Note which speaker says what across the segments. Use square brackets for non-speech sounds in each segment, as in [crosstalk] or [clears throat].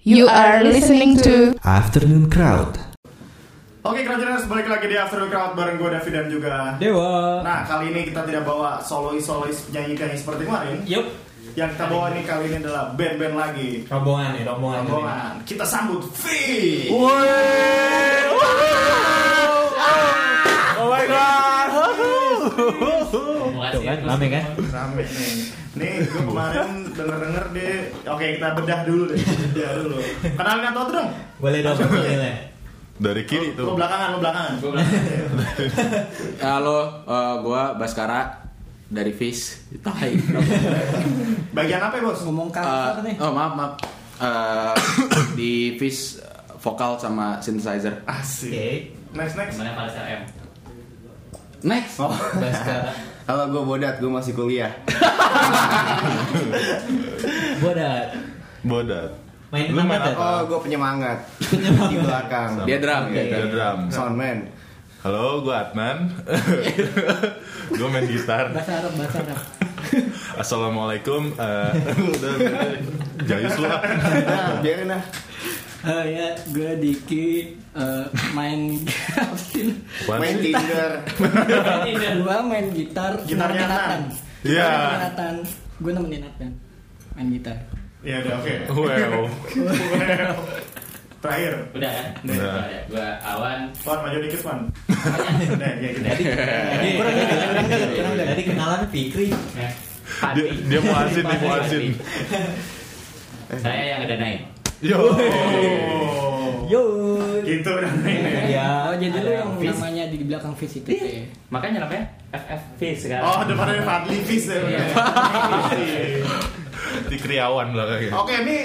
Speaker 1: You are listening to
Speaker 2: Afternoon Crowd.
Speaker 3: Oke, Crowdjourners, balik lagi di Afternoon Crowd bareng gue David dan juga
Speaker 4: Dewa.
Speaker 3: Nah, kali ini kita tidak bawa solois-solois penyanyi-penyanyi seperti kemarin
Speaker 4: Yup.
Speaker 3: Yang kita bawa ini kali ini adalah band-band lagi
Speaker 4: Rombongan nih, rombongan.
Speaker 3: Rombongan, kita sambut Fi
Speaker 2: Oh my god.
Speaker 4: Tuh kan, rame kan?
Speaker 3: Rame nih Nih, gue kemarin denger-denger deh Oke, kita bedah dulu deh Bedah dulu Kenalin atau dong?
Speaker 4: Boleh dong, boleh.
Speaker 5: Dari kiri
Speaker 3: Lo
Speaker 5: tuh.
Speaker 3: belakangan, lo belakangan
Speaker 6: Halo, eh, gua Baskara dari Fish. Tai.
Speaker 4: [laughs]
Speaker 3: Bagian apa ya, bos?
Speaker 4: Ngomong
Speaker 6: Eh,
Speaker 4: karakter nih.
Speaker 6: oh maaf maaf. Eh, di Fish eh, vokal sama synthesizer.
Speaker 3: Asik Next, next
Speaker 6: Next.
Speaker 4: Oh,
Speaker 7: Halo, gue Bodat, gue masih kuliah.
Speaker 4: Gua ada
Speaker 5: Bodat.
Speaker 4: main
Speaker 5: Lu main
Speaker 4: apa ya?
Speaker 7: Oh, gue penyemangat. Di belakang. Iya.
Speaker 6: Dia drum, dia
Speaker 5: Ada drum.
Speaker 7: Soundman.
Speaker 5: Halo, gue Adnan.
Speaker 7: [laughs]
Speaker 5: gue main gitar.
Speaker 4: Bahasa Arab, bahasa Arab.
Speaker 5: Assalamualaikum. eh, udah, udah. jayus lu. ah.
Speaker 7: Nah, biarin lah.
Speaker 8: Eh, ya, gue Diki eh, main
Speaker 4: [laughs]
Speaker 8: Captain.
Speaker 5: Apaan
Speaker 7: Main
Speaker 5: sih?
Speaker 7: Tinder.
Speaker 8: gue main gitar. nemenin
Speaker 3: Gitarnya Nathan.
Speaker 5: Iya.
Speaker 8: Gitarnya Nathan. Gue nemenin Nathan main gitar.
Speaker 3: Ya udah, oke
Speaker 5: Wow.
Speaker 3: Terakhir
Speaker 9: Udah ya?
Speaker 5: Udah.
Speaker 9: Udah ya? Gua awan
Speaker 3: Pan, maju dikit, Pan Nah, ya gitu
Speaker 4: Kurang dari kurang dari kurang dari. Tadi kenalan Fikri.
Speaker 9: eh,
Speaker 5: Dia,
Speaker 9: Pandi.
Speaker 5: dia mau asin, dia mau asin.
Speaker 9: Saya yang ngedanain
Speaker 5: Yo.
Speaker 3: Oh.
Speaker 4: Yo.
Speaker 3: Gitu dan ini.
Speaker 4: Ya,
Speaker 8: Oh, jadi lu yang
Speaker 4: Fis.
Speaker 8: namanya di belakang Fis itu ya?
Speaker 9: Makanya namanya FFV sekarang
Speaker 3: Oh, depannya Fadli Fis ya. bener. Fadli Fis.
Speaker 5: Di kriawan belakangnya.
Speaker 3: Oke, ini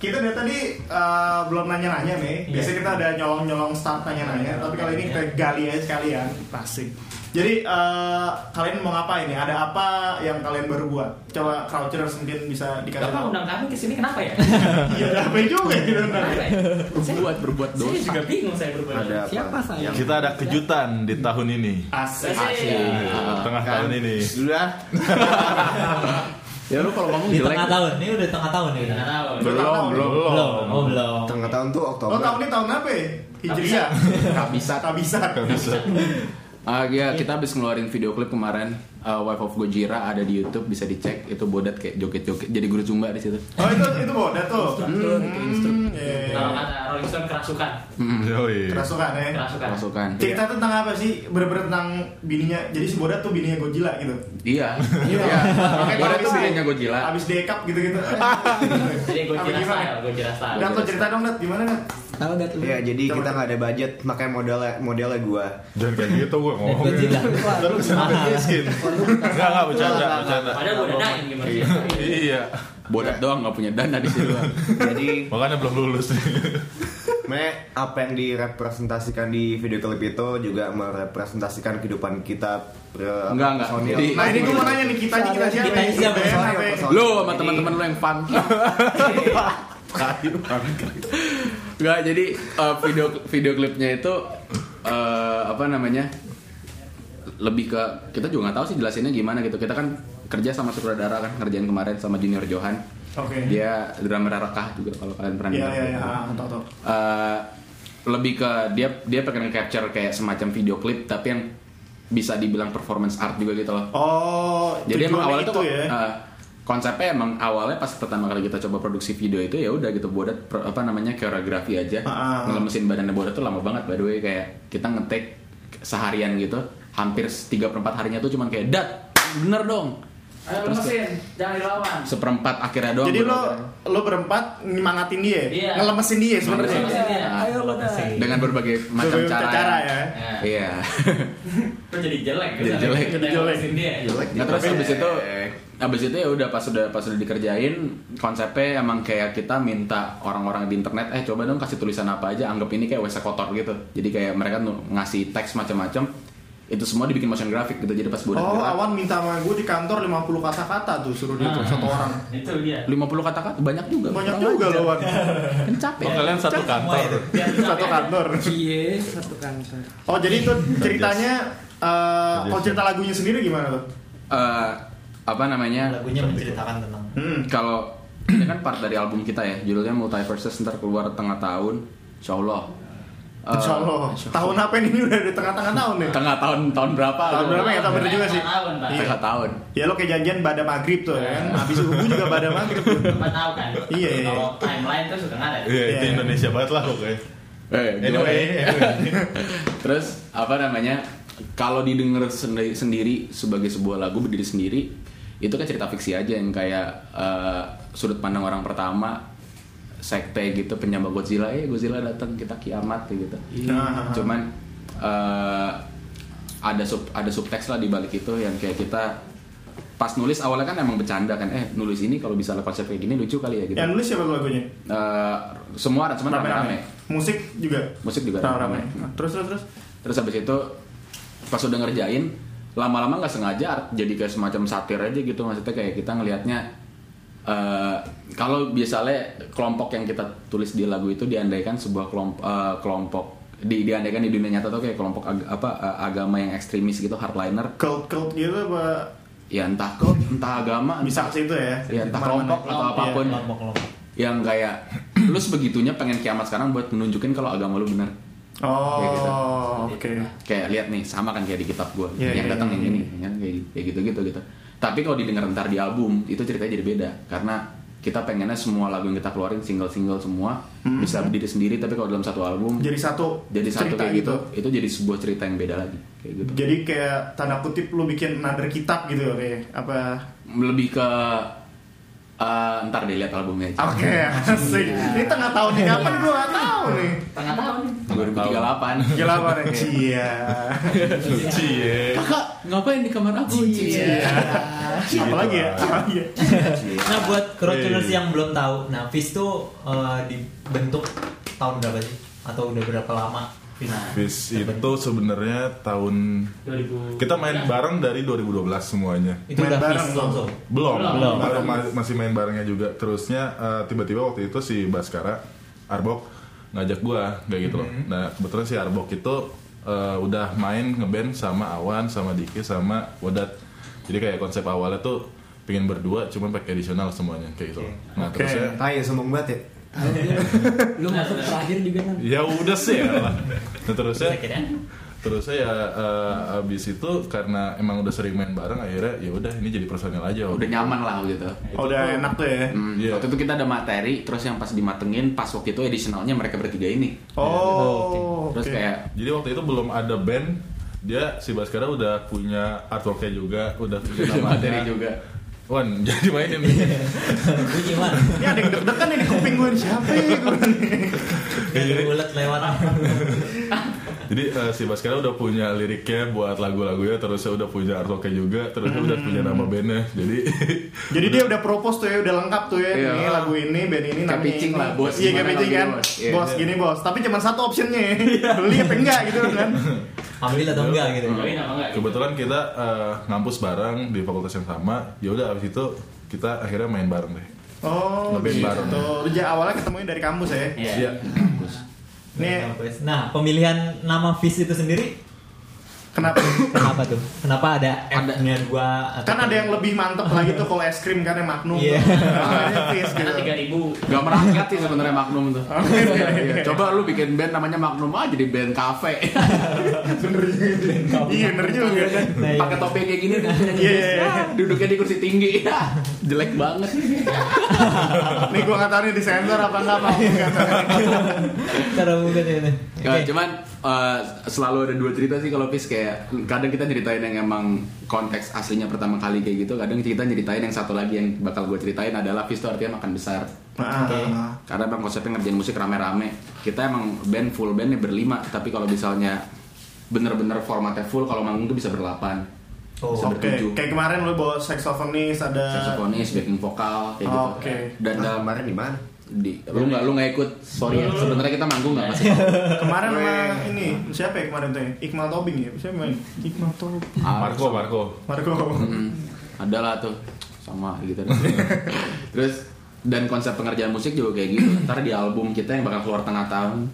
Speaker 3: kita dari tadi eh, belum nanya-nanya nih. Biasanya kita ada nyolong-nyolong start nanya-nanya, tapi kali ini kita gali aja sekalian. Asik. Jadi eh, kalian mau ngapain nih? Ada apa yang kalian baru buat? Coba Crouchers mungkin bisa dikasih
Speaker 9: Bapak
Speaker 3: tahu.
Speaker 9: undang kami kesini kenapa ya?
Speaker 3: Iya, ada apa juga gitu.
Speaker 9: Kenapa ya?
Speaker 6: Berbuat berbuat
Speaker 9: Saya
Speaker 6: dosa.
Speaker 9: juga bingung saya berbuat
Speaker 7: Ada apa?
Speaker 8: Siapa saya?
Speaker 7: Yang
Speaker 5: Kita ada kejutan di tahun ini.
Speaker 3: Asik.
Speaker 7: Ah, kan?
Speaker 5: Tengah tahun ini.
Speaker 7: Dulu lah.
Speaker 6: [laughs] Ya lu kalau ngomong
Speaker 4: Di
Speaker 6: jelek.
Speaker 4: tengah tahun, ini udah tengah tahun nih.
Speaker 9: Nggak tahu
Speaker 5: Belum, belum,
Speaker 4: Belum,
Speaker 5: belum.
Speaker 4: oh belum.
Speaker 7: Tengah tahun tuh
Speaker 3: Lo
Speaker 7: Oktober.
Speaker 3: tahun ini tahun apa ya? Hijriah.
Speaker 6: Kabisat.
Speaker 3: Kabisat.
Speaker 5: Gak bisa.
Speaker 6: Ah, ya, kita habis ngeluarin video klip kemarin eh, Wife of Gojira ada di YouTube bisa dicek itu bodat kayak joget-joget jadi guru zumba di situ.
Speaker 3: Oh itu itu bodoh tuh. Hmm, iya.
Speaker 9: Kalau kata Rolling Stone kerasukan
Speaker 5: Yoi.
Speaker 3: Kerasukan ya.
Speaker 9: Kerasukan
Speaker 6: Masukan.
Speaker 3: Cerita tentang apa sih? Bener-bener tentang bininya. Jadi si Boda tuh bininya Godzilla gitu.
Speaker 6: Iya.
Speaker 3: Iya. Oke,
Speaker 6: Ah, Bodat
Speaker 3: kalau
Speaker 6: tuh
Speaker 3: bisa.
Speaker 6: bininya Gojira.
Speaker 3: Abis dekap gitu-gitu.
Speaker 6: [laughs]
Speaker 9: Jadi gue
Speaker 3: Apa
Speaker 9: jelas
Speaker 3: gimana?
Speaker 9: style Gue jelas style
Speaker 3: Dan tuh cerita dong, Nat. Gimana, Nat?
Speaker 8: Tahu dat lu?
Speaker 4: Iya,
Speaker 7: Ya, jadi kita nggak ada budget, makanya modalnya modelnya gue.
Speaker 5: Jangan kayak gitu gue ngomong.
Speaker 4: Godzilla.
Speaker 5: Terus kenapa miskin? Enggak, enggak bercanda, bercanda.
Speaker 9: Padahal gue danain gimana sih
Speaker 5: Iya.
Speaker 6: Bodat doang nggak punya dana di situ.
Speaker 3: [laughs]
Speaker 7: Jadi,
Speaker 5: Makanya belum lulus nih.
Speaker 7: me apa yang direpresentasikan di video klip itu juga merepresentasikan kehidupan kita. eh,
Speaker 6: Enggak, enggak.
Speaker 7: personil.
Speaker 6: Jadi-
Speaker 3: Nah, ini
Speaker 6: [laughs]
Speaker 3: gue mau nanya nih. Kita aja kita siapa?
Speaker 4: Kitanya siapa?
Speaker 3: Kita
Speaker 7: Personil,
Speaker 3: siapa?
Speaker 7: personil.
Speaker 6: Lu sama
Speaker 7: Jadi-
Speaker 6: teman-teman lu yang fun. Enggak, jadi eh, video video klipnya itu eh, apa namanya? Lebih ke kita juga nggak tahu sih jelasinnya gimana gitu. Kita kan kerja sama sutradara kan kerjaan kemarin sama Junior Johan.
Speaker 3: Oke.
Speaker 6: Dia kan gitu. drama rekah juga kalau kalian pernah
Speaker 3: Iya,
Speaker 6: dengar.
Speaker 3: iya, iya. Ah, Tau, tau.
Speaker 6: Eh, lebih ke dia dia pengen capture kayak semacam video klip tapi yang bisa dibilang performance art juga gitu loh.
Speaker 3: Oh,
Speaker 6: Jadi emang
Speaker 3: tujuannya
Speaker 6: awalnya
Speaker 3: itu
Speaker 6: tuh
Speaker 3: ya.
Speaker 6: eh, konsepnya emang awalnya pas pertama kali kita coba produksi video itu ya udah gitu bodat per- apa namanya koreografi aja.
Speaker 3: Ah, ah, ah.
Speaker 6: Ngelemesin badannya bodat tuh lama banget by the way kayak kita ngetek seharian gitu hampir 3 per 4 harinya tuh cuman kayak dat bener dong.
Speaker 9: Ayo
Speaker 6: Terus tuh,
Speaker 9: lemesin Jangan dilawan
Speaker 6: seperempat akhirnya doang. ya?
Speaker 3: Jadi
Speaker 6: baru
Speaker 3: lo
Speaker 6: akhirnya.
Speaker 3: lo berempat nyemangatin dia, ya?
Speaker 9: Iya.
Speaker 3: ngelemesin dia sebenarnya.
Speaker 9: Lemesin dia.
Speaker 6: Ah,
Speaker 8: Ayo lu dah.
Speaker 6: dengan berbagai macam
Speaker 3: Berbagai
Speaker 6: cara.
Speaker 3: cara
Speaker 6: ya.
Speaker 3: ya.
Speaker 9: Nah,
Speaker 6: Iya.
Speaker 9: Gue jadi jelek
Speaker 6: Jadi jelek.
Speaker 9: Jadi
Speaker 3: jelek.
Speaker 9: dia
Speaker 6: Nah, terus habis itu habis itu ya udah pas sudah pas sudah dikerjain konsepnya emang kayak kita minta orang-orang di internet eh coba dong kasih tulisan apa aja anggap ini kayak wc kotor gitu. Jadi kayak mereka nu- ngasih teks macam-macam itu semua dibikin motion graphic gitu. Jadi pas budak
Speaker 3: Oh,
Speaker 6: gerak,
Speaker 3: Awan minta sama gue di kantor 50 kata-kata tuh suruh
Speaker 6: Ah.
Speaker 3: dia tulis satu orang.
Speaker 9: Itu dia
Speaker 6: 50 kata-kata banyak juga.
Speaker 3: Banyak
Speaker 6: kurang
Speaker 3: juga
Speaker 6: ajar.
Speaker 3: lo, Wan.
Speaker 6: [laughs] Kan capek.
Speaker 5: Oh,
Speaker 3: ya.
Speaker 5: kalian satu kantor.
Speaker 9: Biar
Speaker 3: Satu
Speaker 9: capek.
Speaker 3: kantor.
Speaker 8: Cie, satu kantor.
Speaker 3: Oh, jadi itu ceritanya eh kalau cerita lagunya sendiri gimana tuh?
Speaker 6: Eh, apa namanya?
Speaker 4: Lagunya Nah, menceritakan tentang
Speaker 3: Hmm.
Speaker 6: Kalau ini kan part dari album kita ya judulnya Multiverses ntar keluar tengah tahun Insya Allah Eh,
Speaker 3: Insya Allah. Tahun apa ini? Ini udah di tengah-tengah tahun nih.
Speaker 6: tengah tahun tahun berapa
Speaker 3: Tahun
Speaker 6: gitu.
Speaker 3: berapa ya? Tahun bener juga sih.
Speaker 9: Tahun, Pak.
Speaker 3: Iya.
Speaker 6: tengah tahun
Speaker 3: Ya lo kayak janjian pada maghrib tuh ya kan.
Speaker 6: Iya.
Speaker 3: Habis subuh juga pada maghrib.
Speaker 9: Tempat tahu kan?
Speaker 3: Iya, iya.
Speaker 9: Kalau timeline tuh suka nggak ada.
Speaker 5: Iya, itu
Speaker 3: Iya.
Speaker 5: Indonesia banget lah pokoknya.
Speaker 6: eh, gimana?
Speaker 5: Anyway, anyway.
Speaker 6: [laughs] Terus apa namanya? Kalau didengar sendiri, sendiri sebagai sebuah lagu berdiri sendiri, itu kan cerita fiksi aja yang kayak eh, sudut pandang orang pertama, sekte gitu, penyembah Godzilla, eh Godzilla datang kita kiamat gitu.
Speaker 3: Nah.
Speaker 6: Cuman eh, ada sub ada subteks lah di balik itu yang kayak kita pas nulis awalnya kan emang bercanda kan, eh nulis ini kalau bisa konsep kayak gini lucu kali ya gitu.
Speaker 3: Yang nulis siapa tuh lagunya?
Speaker 6: Eh, semua cuman rame-rame.
Speaker 3: Musik juga.
Speaker 6: Musik juga
Speaker 3: rame-rame.
Speaker 6: rame-rame.
Speaker 3: Nah, Terus terus terus.
Speaker 6: Terus habis itu pas udah ngerjain lama-lama nggak sengaja art- jadi kayak semacam satir aja gitu maksudnya kayak kita ngelihatnya eh, kalau biasanya kelompok yang kita tulis di lagu itu diandaikan sebuah kelompok kelompok di diandaikan di dunia nyata tuh kayak kelompok ag- apa eh, agama yang ekstremis gitu hardliner
Speaker 3: Cult-cult gitu apa
Speaker 6: ya entah kok entah agama
Speaker 3: bisa Iya, ke situ ya?
Speaker 6: ya entah
Speaker 3: Kemana-mana.
Speaker 6: kelompok atau apapun
Speaker 4: Kelompok-kelompok.
Speaker 6: yang kayak lu sebegitunya pengen kiamat sekarang buat menunjukin kalau agama lu bener Ya, gitu.
Speaker 3: Oh, oke.
Speaker 6: kayak lihat nih sama kan kayak di kitab gue
Speaker 3: Iya,
Speaker 6: yang
Speaker 3: iya,
Speaker 6: datang
Speaker 3: iya,
Speaker 6: yang
Speaker 3: iya.
Speaker 6: ini kan kayak, kayak gitu-gitu gitu tapi kalau didengar ntar di album itu ceritanya jadi beda karena kita pengennya semua lagu yang kita keluarin single-single semua bisa berdiri sendiri tapi kalau dalam satu album jadi,
Speaker 3: Hmm, Jadi satu
Speaker 6: satu
Speaker 3: cerita
Speaker 6: kayak gitu, itu jadi sebuah cerita yang beda lagi kayak gitu
Speaker 3: Jadi kayak tanda kutip lu bikin another kitab gitu ya. Apa
Speaker 6: lebih ke eh, ntar deh lihat albumnya aja
Speaker 3: Oke, asik.
Speaker 6: Iya.
Speaker 3: Ini tengah tahun ini kapan gua gak tahu nih.
Speaker 9: Tengah tahun.
Speaker 6: 2038
Speaker 3: Gila banget. Iya.
Speaker 5: Cie.
Speaker 6: kakak ngapain di kamar
Speaker 3: Oh,
Speaker 6: aku Iya. Gitu
Speaker 3: Apa lagi ya? Apa lagi ya?
Speaker 4: Nah buat crowdtuners
Speaker 5: Hey.
Speaker 4: yang belum tahu, nah Fizz tuh eh, dibentuk tahun berapa sih? Atau udah berapa lama? Nah, Fizz?
Speaker 5: Bis itu sebenarnya tahun
Speaker 9: 2000.
Speaker 5: kita main bareng dari 2012 semuanya.
Speaker 4: itu
Speaker 3: Main
Speaker 4: udah
Speaker 3: bareng
Speaker 4: Fizz
Speaker 3: dong.
Speaker 4: langsung.
Speaker 5: Belum,
Speaker 9: Belum.
Speaker 5: Baru- ma- masih main barengnya juga. Terusnya eh, tiba-tiba waktu itu si Baskara Arbok ngajak gua kayak gitu loh. Nah, kebetulan si Arbok itu eh, udah main ngeband sama Awan, sama Diki, sama Wadat. Jadi kayak konsep awalnya tuh pengen berdua cuman pakai additional semuanya kayak gitu. loh. Nah,
Speaker 3: Oke.
Speaker 5: terusnya
Speaker 7: Tai sombong banget ya.
Speaker 8: Lu
Speaker 9: Nah,
Speaker 8: masuk terakhir juga kan?
Speaker 5: ya udah sih ya. lah. Nah, terusnya
Speaker 4: Kira-kira.
Speaker 5: terus saya eh, abis itu karena emang udah sering main bareng akhirnya ya udah ini jadi personal aja
Speaker 6: udah nyaman lah gitu
Speaker 3: Oh, udah enak tuh ya.
Speaker 6: Hmm,
Speaker 5: Iya.
Speaker 6: Waktu itu kita ada materi, terus yang pas dimatengin, pas waktu itu additionalnya mereka bertiga ini.
Speaker 3: Oh.
Speaker 6: Iya, Terus
Speaker 3: oke.
Speaker 6: kayak
Speaker 5: Jadi waktu itu belum ada band, dia si Baskara udah punya artworknya juga, udah punya
Speaker 6: ada
Speaker 5: namanya.
Speaker 6: materi juga.
Speaker 5: Wan, [laughs] jadi mainin nih.
Speaker 4: Lu gimana?
Speaker 3: Ini ada yang deg-degan nih di kuping gue nih. siapa ya gue nih.
Speaker 4: Kayak bulat [laughs] lewat apa?
Speaker 5: jadi eh, si Baskara udah punya liriknya buat lagu-lagunya, terus udah punya artworknya juga, terus udah
Speaker 6: Hmm.
Speaker 5: punya nama bandnya. Jadi [laughs]
Speaker 3: Jadi dia udah propose tuh ya, udah lengkap tuh ya.
Speaker 6: Iya.
Speaker 3: Ini lagu ini, band ini
Speaker 6: Kayak
Speaker 3: namanya.
Speaker 6: pitching
Speaker 3: ini.
Speaker 6: lah,
Speaker 3: Iya,
Speaker 6: bos.
Speaker 3: kayak
Speaker 6: Gimana
Speaker 3: pitching kan.
Speaker 6: namanya, bos. Iya.
Speaker 3: Bos gini, bos. Tapi cuma satu optionnya. Beli apa enggak gitu
Speaker 6: [laughs]
Speaker 3: kan.
Speaker 4: Ambil atau enggak gitu?
Speaker 9: Join apa enggak?
Speaker 5: kebetulan kita eh, ngampus bareng di fakultas yang sama, ya udah abis itu kita akhirnya main bareng deh.
Speaker 3: Oh,
Speaker 5: Lebih
Speaker 3: gitu.
Speaker 5: bareng.
Speaker 3: Sejak awalnya ketemunya dari kampus ya.
Speaker 9: Iya.
Speaker 5: Iya.
Speaker 3: Nih,
Speaker 4: Nah pemilihan nama Fizz itu sendiri
Speaker 3: kenapa?
Speaker 4: kenapa tuh? Kenapa ada
Speaker 6: Ada.
Speaker 4: F-nya dua? atau
Speaker 3: Kan ada yang lebih mantep lagi tuh kalau es krim kan yang Magnum. tuh.
Speaker 4: Iya.
Speaker 3: Namanya Fizz gitu.
Speaker 9: Karena 3000.
Speaker 6: Gak merakyat sih sebenarnya Magnum tuh. Iya, iya. [laughs] Coba lu bikin band namanya Magnum aja di band cafe.
Speaker 3: Iya, bener juga.
Speaker 4: Nah, iya.
Speaker 6: Pakai topi kayak gini dan punya
Speaker 3: Iya,
Speaker 6: [laughs]
Speaker 3: iya,
Speaker 6: Ah, duduknya di kursi tinggi. [laughs] Ah, Jelek banget.
Speaker 3: Nih gue nggak tahu nih di sensor apa enggak mau. nggak tahu.
Speaker 4: Cara bukan ini.
Speaker 6: Ya, Cuman eh, selalu ada dua cerita sih kalau Fis kayak kadang kita ceritain yang emang konteks aslinya pertama kali kayak gitu, kadang kita ceritain yang satu lagi yang bakal gue ceritain adalah Fis tuh artinya makan besar.
Speaker 3: Ah.
Speaker 6: Karena emang konsepnya ngerjain musik rame-rame. Kita emang band full bandnya berlima, tapi kalau misalnya bener-bener formatnya full, kalau manggung tuh bisa berdelapan,
Speaker 4: Oh,
Speaker 6: bisa
Speaker 3: Oke,
Speaker 6: bertujuh,
Speaker 3: kayak kemarin lu bawa saksofonis ada
Speaker 6: saksofonis, backing vokal, kayak gitu.
Speaker 3: Eh, Oke.
Speaker 6: Dan
Speaker 7: Nah,
Speaker 6: dalam
Speaker 7: kemarin di mana?
Speaker 6: di, lu nggak lu nggak ikut, sorry ya. Sebenarnya kita manggung nggak masih.
Speaker 3: kemarin sama ini siapa ya kemarin tuh ya? Iqmal Tobing ya siapa main Iqmal Tobing
Speaker 6: Ah,
Speaker 5: Marco, Marco.
Speaker 3: Marco
Speaker 6: Hmm, ada lah tuh sama gitu terus dan konsep pengerjaan musik juga kayak gitu ntar di album kita yang bakal keluar tengah tahun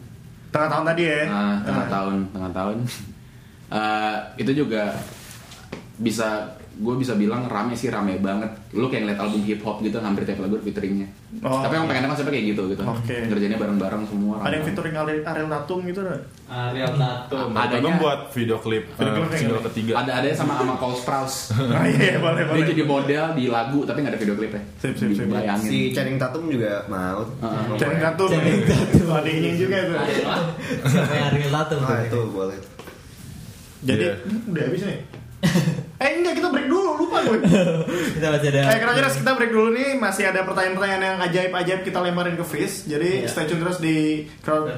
Speaker 3: tengah tahun tadi ya
Speaker 6: nah, tengah [laughs]
Speaker 3: Ah.
Speaker 6: tahun tengah tahun Eh, itu juga bisa gue bisa bilang rame sih rame banget lu kayak ngeliat album hip hop gitu hampir tiap lagu ada featuringnya
Speaker 3: Oh,
Speaker 6: tapi emang pengennya konsepnya kayak gitu gitu
Speaker 3: Oke.
Speaker 6: ngerjainnya bareng bareng semua
Speaker 3: Ada yang featuring Ariel, Ariel Tatum gitu ada?
Speaker 9: Ariel Tatum.
Speaker 5: Ada
Speaker 6: Adanya-
Speaker 5: buat video klip
Speaker 3: Video
Speaker 5: eh,
Speaker 3: klip yang
Speaker 5: single
Speaker 3: ini.
Speaker 5: ketiga.
Speaker 6: ada ada sama sama Cole Sprouse
Speaker 3: [laughs] Ah iya, boleh boleh.
Speaker 6: dia jadi model di lagu tapi nggak ada video klipnya
Speaker 3: Sip, sip, sip.
Speaker 6: Dibayangin.
Speaker 7: Si Channing Tatum juga mau.
Speaker 6: Heeh.
Speaker 3: Channing Tatum.
Speaker 4: Channing
Speaker 3: Ada ini juga tuh.
Speaker 9: Ariel Tatum.
Speaker 4: Siapa yang Ariel Tatum?
Speaker 5: Nah,
Speaker 7: Ah, itu boleh.
Speaker 3: Jadi
Speaker 5: Iya.
Speaker 3: hmm, udah habis nih. [laughs] Eh enggak kita break dulu lupa gue.
Speaker 4: Kita masih ada.
Speaker 3: Eh karena kita break dulu nih masih ada pertanyaan-pertanyaan yang ajaib-ajaib kita lemparin ke Fizz. Jadi
Speaker 4: Iya.
Speaker 3: stay tune terus di crowd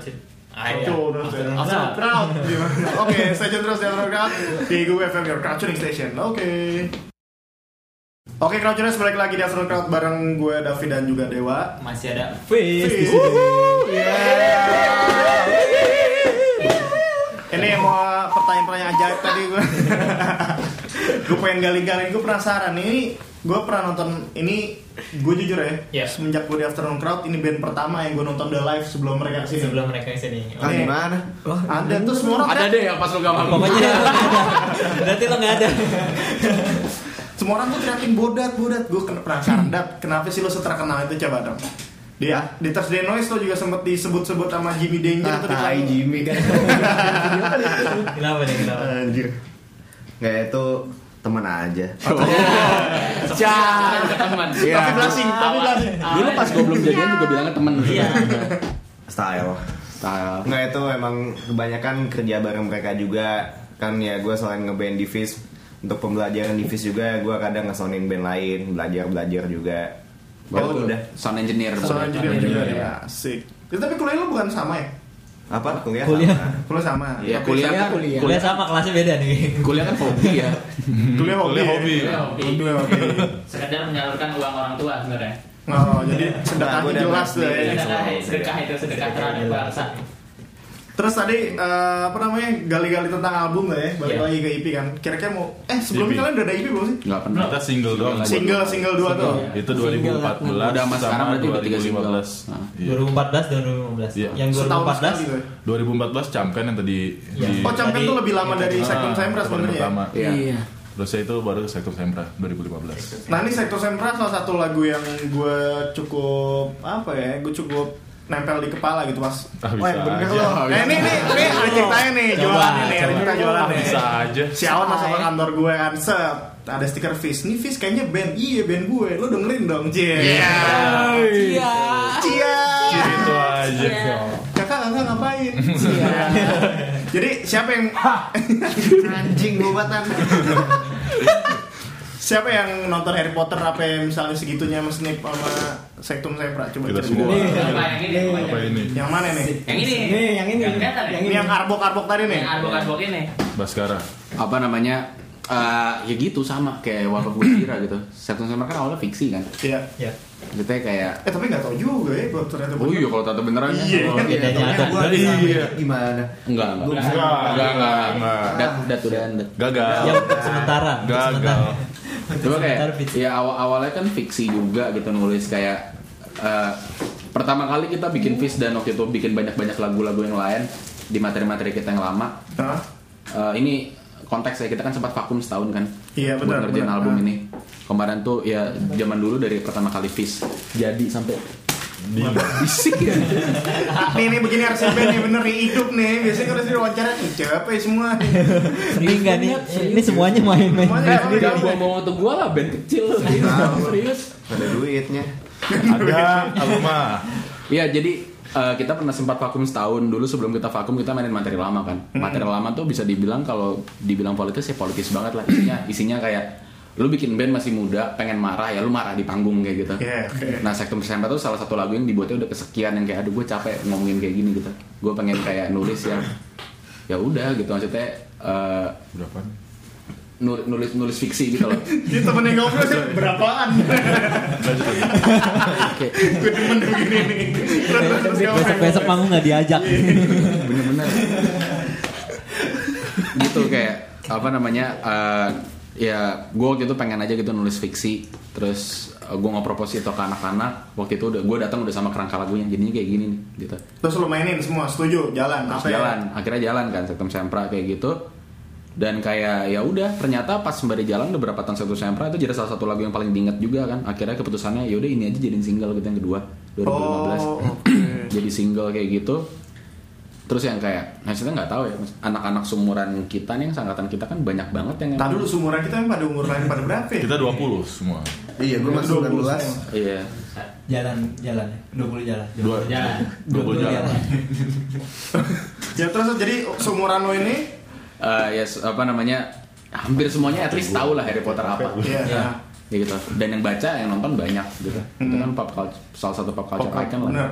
Speaker 4: Ah, iya.
Speaker 3: Tuh, terus ya.
Speaker 4: After
Speaker 3: After
Speaker 4: Crowd.
Speaker 3: crowd. Gimana? [laughs] Oke, stay tune terus di After Crowd di Google FM Your Crowd Tuning Station. Oke. Oke, Crowd Tuners balik lagi di After Crowd bareng gue David dan juga Dewa.
Speaker 9: Masih ada
Speaker 4: Fizz di sini.
Speaker 3: Wuhu. Ini yang mau pertanyaan-pertanyaan ajaib tadi
Speaker 4: [laughs]
Speaker 3: gue. gue pengen gali-gali, gue penasaran nih, ini. Gue pernah nonton ini, gue jujur ya,
Speaker 4: Iya.
Speaker 3: semenjak gue di Afternoon Crowd, ini band pertama yang gue nonton the live sebelum mereka kesini.
Speaker 4: Sebelum mereka ke sini.
Speaker 7: Ah,
Speaker 3: Iya.
Speaker 7: di mana?
Speaker 3: Ada tuh semua orang
Speaker 6: Oh, ada
Speaker 3: teriak-
Speaker 6: deh yang pas lu gak mau
Speaker 3: [laughs]
Speaker 4: Pokoknya berarti lo nggak ada.
Speaker 3: semua orang tuh teriakin bodat, bodat. Gue
Speaker 4: [laughs]
Speaker 3: penasaran, dat, kenapa sih lo seterkenal itu coba dong. Dia di Thursday Noise lo juga sempet disebut-sebut sama Jimmy
Speaker 7: Ah,
Speaker 3: Danger tuh di
Speaker 7: tai
Speaker 3: kampung.
Speaker 7: Jimmy
Speaker 3: [laughs]
Speaker 7: kan.
Speaker 4: Kenapa nih kenapa?
Speaker 7: Anjir. Nggak itu teman aja.
Speaker 6: Oh, teman
Speaker 3: Tapi blushing, tapi blushing.
Speaker 6: dulu pas gue belum jadian juga bilangnya temen
Speaker 9: Iya.
Speaker 7: Style.
Speaker 6: Style.
Speaker 7: Nggak itu emang kebanyakan kerja bareng mereka juga. Kan ya gue selain ngeband di Fizz, untuk pembelajaran di Fizz juga gue kadang ngesonin band lain, belajar-belajar juga.
Speaker 6: Baru
Speaker 7: Oh,
Speaker 6: tuh
Speaker 7: udah.
Speaker 6: sound engineer
Speaker 3: Soalnya jadi
Speaker 6: Baru.
Speaker 3: juga ya, asik. Ya, tapi kuliah lu bukan sama ya?
Speaker 7: Apa? Kuliah?
Speaker 4: Kuliah.
Speaker 7: sama.
Speaker 3: Kuliah sama.
Speaker 6: Iya,
Speaker 3: Tapi-
Speaker 6: kuliah kan
Speaker 8: Kuliah.
Speaker 4: Kuliah sama kelasnya beda
Speaker 5: Iya.
Speaker 6: [laughs]
Speaker 4: nih.
Speaker 6: kuliah kan hobi ya
Speaker 3: Kuliah hobi.
Speaker 5: Kuliah hobi.
Speaker 9: Kuliah hobi.
Speaker 3: Kuliah hobi.
Speaker 9: sekedar menyalurkan uang orang tua sebenarnya.
Speaker 3: Oh, jadi sedekahnya
Speaker 7: Nah, gua udah
Speaker 3: jelas tuh ya.
Speaker 7: ngerti.
Speaker 9: Sedekah, sedekah itu sedekah terhadap bangsa.
Speaker 3: Terus tadi eh, apa namanya gali-gali tentang album lah ya, balik
Speaker 9: Iya.
Speaker 3: lagi ke EP kan. Kira-kira mau eh sebelum
Speaker 5: EP.
Speaker 3: kalian udah ada EP belum sih?
Speaker 6: nggak pernah
Speaker 5: Kita single doang.
Speaker 3: Single single dua tuh.
Speaker 5: Itu
Speaker 8: Single,
Speaker 5: 2014
Speaker 6: Udah sama sekarang
Speaker 5: sama
Speaker 6: berarti udah tiga single.
Speaker 5: 2015.
Speaker 6: Nah.
Speaker 5: Iya.
Speaker 4: 2014 dan 2015.
Speaker 5: Iya.
Speaker 4: Yang
Speaker 3: Setahun sekali tuh. ya.
Speaker 4: 2014
Speaker 5: 2014 camkan yang tadi
Speaker 4: Iya.
Speaker 5: di
Speaker 3: Oh, Campen
Speaker 4: Jadi-
Speaker 3: tuh lebih lama
Speaker 4: iya,
Speaker 3: dari
Speaker 5: Ah,
Speaker 3: Sektum Sempra
Speaker 5: pertemuan
Speaker 3: sebenarnya. ya?
Speaker 5: pertama.
Speaker 6: Iya.
Speaker 8: Iya.
Speaker 5: Terus saya itu baru Sektum Sempra 2015.
Speaker 3: Nah, ini Sektum Sempra salah satu lagu yang gue cukup apa ya? Gue cukup nempel di kepala gitu pas.
Speaker 5: Ah, bisa
Speaker 3: Wah, bener
Speaker 5: aja.
Speaker 3: loh. Nah, ini nih, ini ajak tanya nih,
Speaker 4: Coba,
Speaker 3: jualan ini,
Speaker 4: coba.
Speaker 3: kita jualan nih.
Speaker 5: Bisa aja.
Speaker 3: Si Awan masuk ke kantor gue kan, set ada stiker Fizz. Nih Fizz kayaknya band. Iya, band gue. Lu dengerin dong, Cie.
Speaker 8: Iya.
Speaker 3: Cie.
Speaker 5: Itu Gitu aja.
Speaker 3: Kakak, kakak ngapain? [laughs] Jadi siapa yang
Speaker 7: Anjing obatan.
Speaker 3: siapa yang nonton Harry Potter apa yang misalnya segitunya sama Snape sama Sektum Sempra coba
Speaker 5: Kita
Speaker 3: cari
Speaker 5: semua.
Speaker 3: dulu.
Speaker 9: Apa yang ini? apa
Speaker 5: Apa
Speaker 9: yang-
Speaker 5: ini?
Speaker 3: Yang mana nih?
Speaker 9: Yang ini.
Speaker 8: Nih, yang ini.
Speaker 9: Yang kelihatan ya?
Speaker 8: Yang
Speaker 3: Ini yang arbok-arbok tadi nih.
Speaker 9: Yang arbok-arbok ini.
Speaker 5: Baskara.
Speaker 6: apa namanya eh, ya gitu sama kayak Warlock Gujira gitu Satu sama kan awalnya fiksi kan
Speaker 3: Iya.
Speaker 4: ya.
Speaker 6: maksudnya kayak
Speaker 3: Eh tapi nggak tahu juga ya kalau ternyata
Speaker 6: oh iya kalau tata beneran ya.
Speaker 3: Iya.
Speaker 6: Oh,
Speaker 4: Bedanya ada.
Speaker 7: Gua di gimana?
Speaker 6: enggak enggak
Speaker 7: Gua-
Speaker 6: enggak enggak
Speaker 5: Enggak.
Speaker 6: dat dat udah dat
Speaker 5: Gagal.
Speaker 4: Yang untuk sementara. untuk
Speaker 5: Gagal.
Speaker 4: sementara.
Speaker 6: Coba
Speaker 4: Sebentar,
Speaker 6: kayak
Speaker 4: Fitz.
Speaker 6: ya awal awalnya kan fiksi juga gitu nulis kayak eh, pertama kali kita bikin fish dan waktu itu bikin banyak banyak lagu-lagu yang lain di materi-materi kita yang lama.
Speaker 3: Hah?
Speaker 6: Eh, ini konteks ya kita kan sempat vakum setahun kan.
Speaker 3: Iya, benar,
Speaker 6: Buat ngerjain
Speaker 3: benar.
Speaker 6: album
Speaker 3: Ah.
Speaker 6: ini. Kemarin tuh ya zaman dulu dari pertama kali fish jadi sampai bisik [laughs] ya.
Speaker 3: Nih nih begini harus band nih bener nih hidup nih. Biasanya kalau sih diwawancara nih siapa ya semua.
Speaker 4: Seni nggak nih? Ini semuanya main-main.
Speaker 3: Semuanya
Speaker 4: sendiri.
Speaker 3: main-main.
Speaker 6: Udah buang-buang waktu gue lah band kecil lu. serius.
Speaker 7: Ada duitnya.
Speaker 5: Ada Alma.
Speaker 6: Iya jadi eh, kita pernah sempat vakum setahun dulu sebelum kita vakum kita mainin materi lama kan. Materi lama tuh bisa dibilang kalau dibilang politis ya politis banget lah isinya isinya kayak lu bikin band masih muda pengen marah ya lu marah di panggung kayak gitu.
Speaker 3: Iya, oke.
Speaker 6: Nah Sektum Sempa tuh salah satu lagu yang dibuatnya udah kesekian yang kayak aduh gue capek ngomongin kayak gini gitu. Gue pengen kayak nulis yang ya udah gitu maksudnya eh,
Speaker 5: Berapa? nih?
Speaker 6: nu- nulis nulis fiksi gitu loh.
Speaker 3: Dia temen yang ngobrol sih berapaan? [laughs]
Speaker 5: Lanjut lagi.
Speaker 6: Kayak
Speaker 3: Gue demen begini nih. Terus terus, terus kamu
Speaker 4: Besok-besok
Speaker 3: pengen-
Speaker 4: manggung nggak diajak.
Speaker 5: Iya.
Speaker 6: bener-bener gitu kayak apa namanya eh, ya gue waktu itu pengen aja gitu nulis fiksi terus eh, gue ngopropos itu ke anak-anak waktu itu udah gue datang udah sama kerangka lagunya jadinya kayak gini nih gitu
Speaker 3: Terus lu mainin semua setuju jalan.
Speaker 6: terus
Speaker 3: apa ya?
Speaker 6: jalan akhirnya jalan kan Septem Sempra kayak gitu dan kayak ya udah ternyata pas sembari jalan beberapa tahun satu sempra itu jadi salah satu lagu yang paling diingat juga kan akhirnya keputusannya yaudah ini aja jadiin single gitu yang kedua 2015
Speaker 3: Oh, oke.
Speaker 6: jadi single kayak gitu terus yang kayak nah kita nggak tahu ya Mas. anak-anak sumuran kita nih yang seangkatan kita kan banyak banget yang
Speaker 3: Tadi dulu sumuran kita emang pada umur lain pada berapa ya?
Speaker 5: Kita 20 semua.
Speaker 7: Iya, gue masih 19.
Speaker 6: iya
Speaker 4: Jalan, jalan. 20 jalan.
Speaker 5: Dua,
Speaker 9: Jalan.
Speaker 5: 20 jalan.
Speaker 3: Ya terus jadi sumuran lo ini
Speaker 6: Eh, ya s- apa namanya hampir semuanya at least tahu lah Harry Potter apa
Speaker 3: Iya.
Speaker 4: Iya.
Speaker 3: nah,
Speaker 6: ya gitu dan yang baca yang nonton banyak gitu itu kan pop culture, salah satu pop culture
Speaker 3: Hmm. Pop-
Speaker 6: icon
Speaker 3: bener.
Speaker 6: lah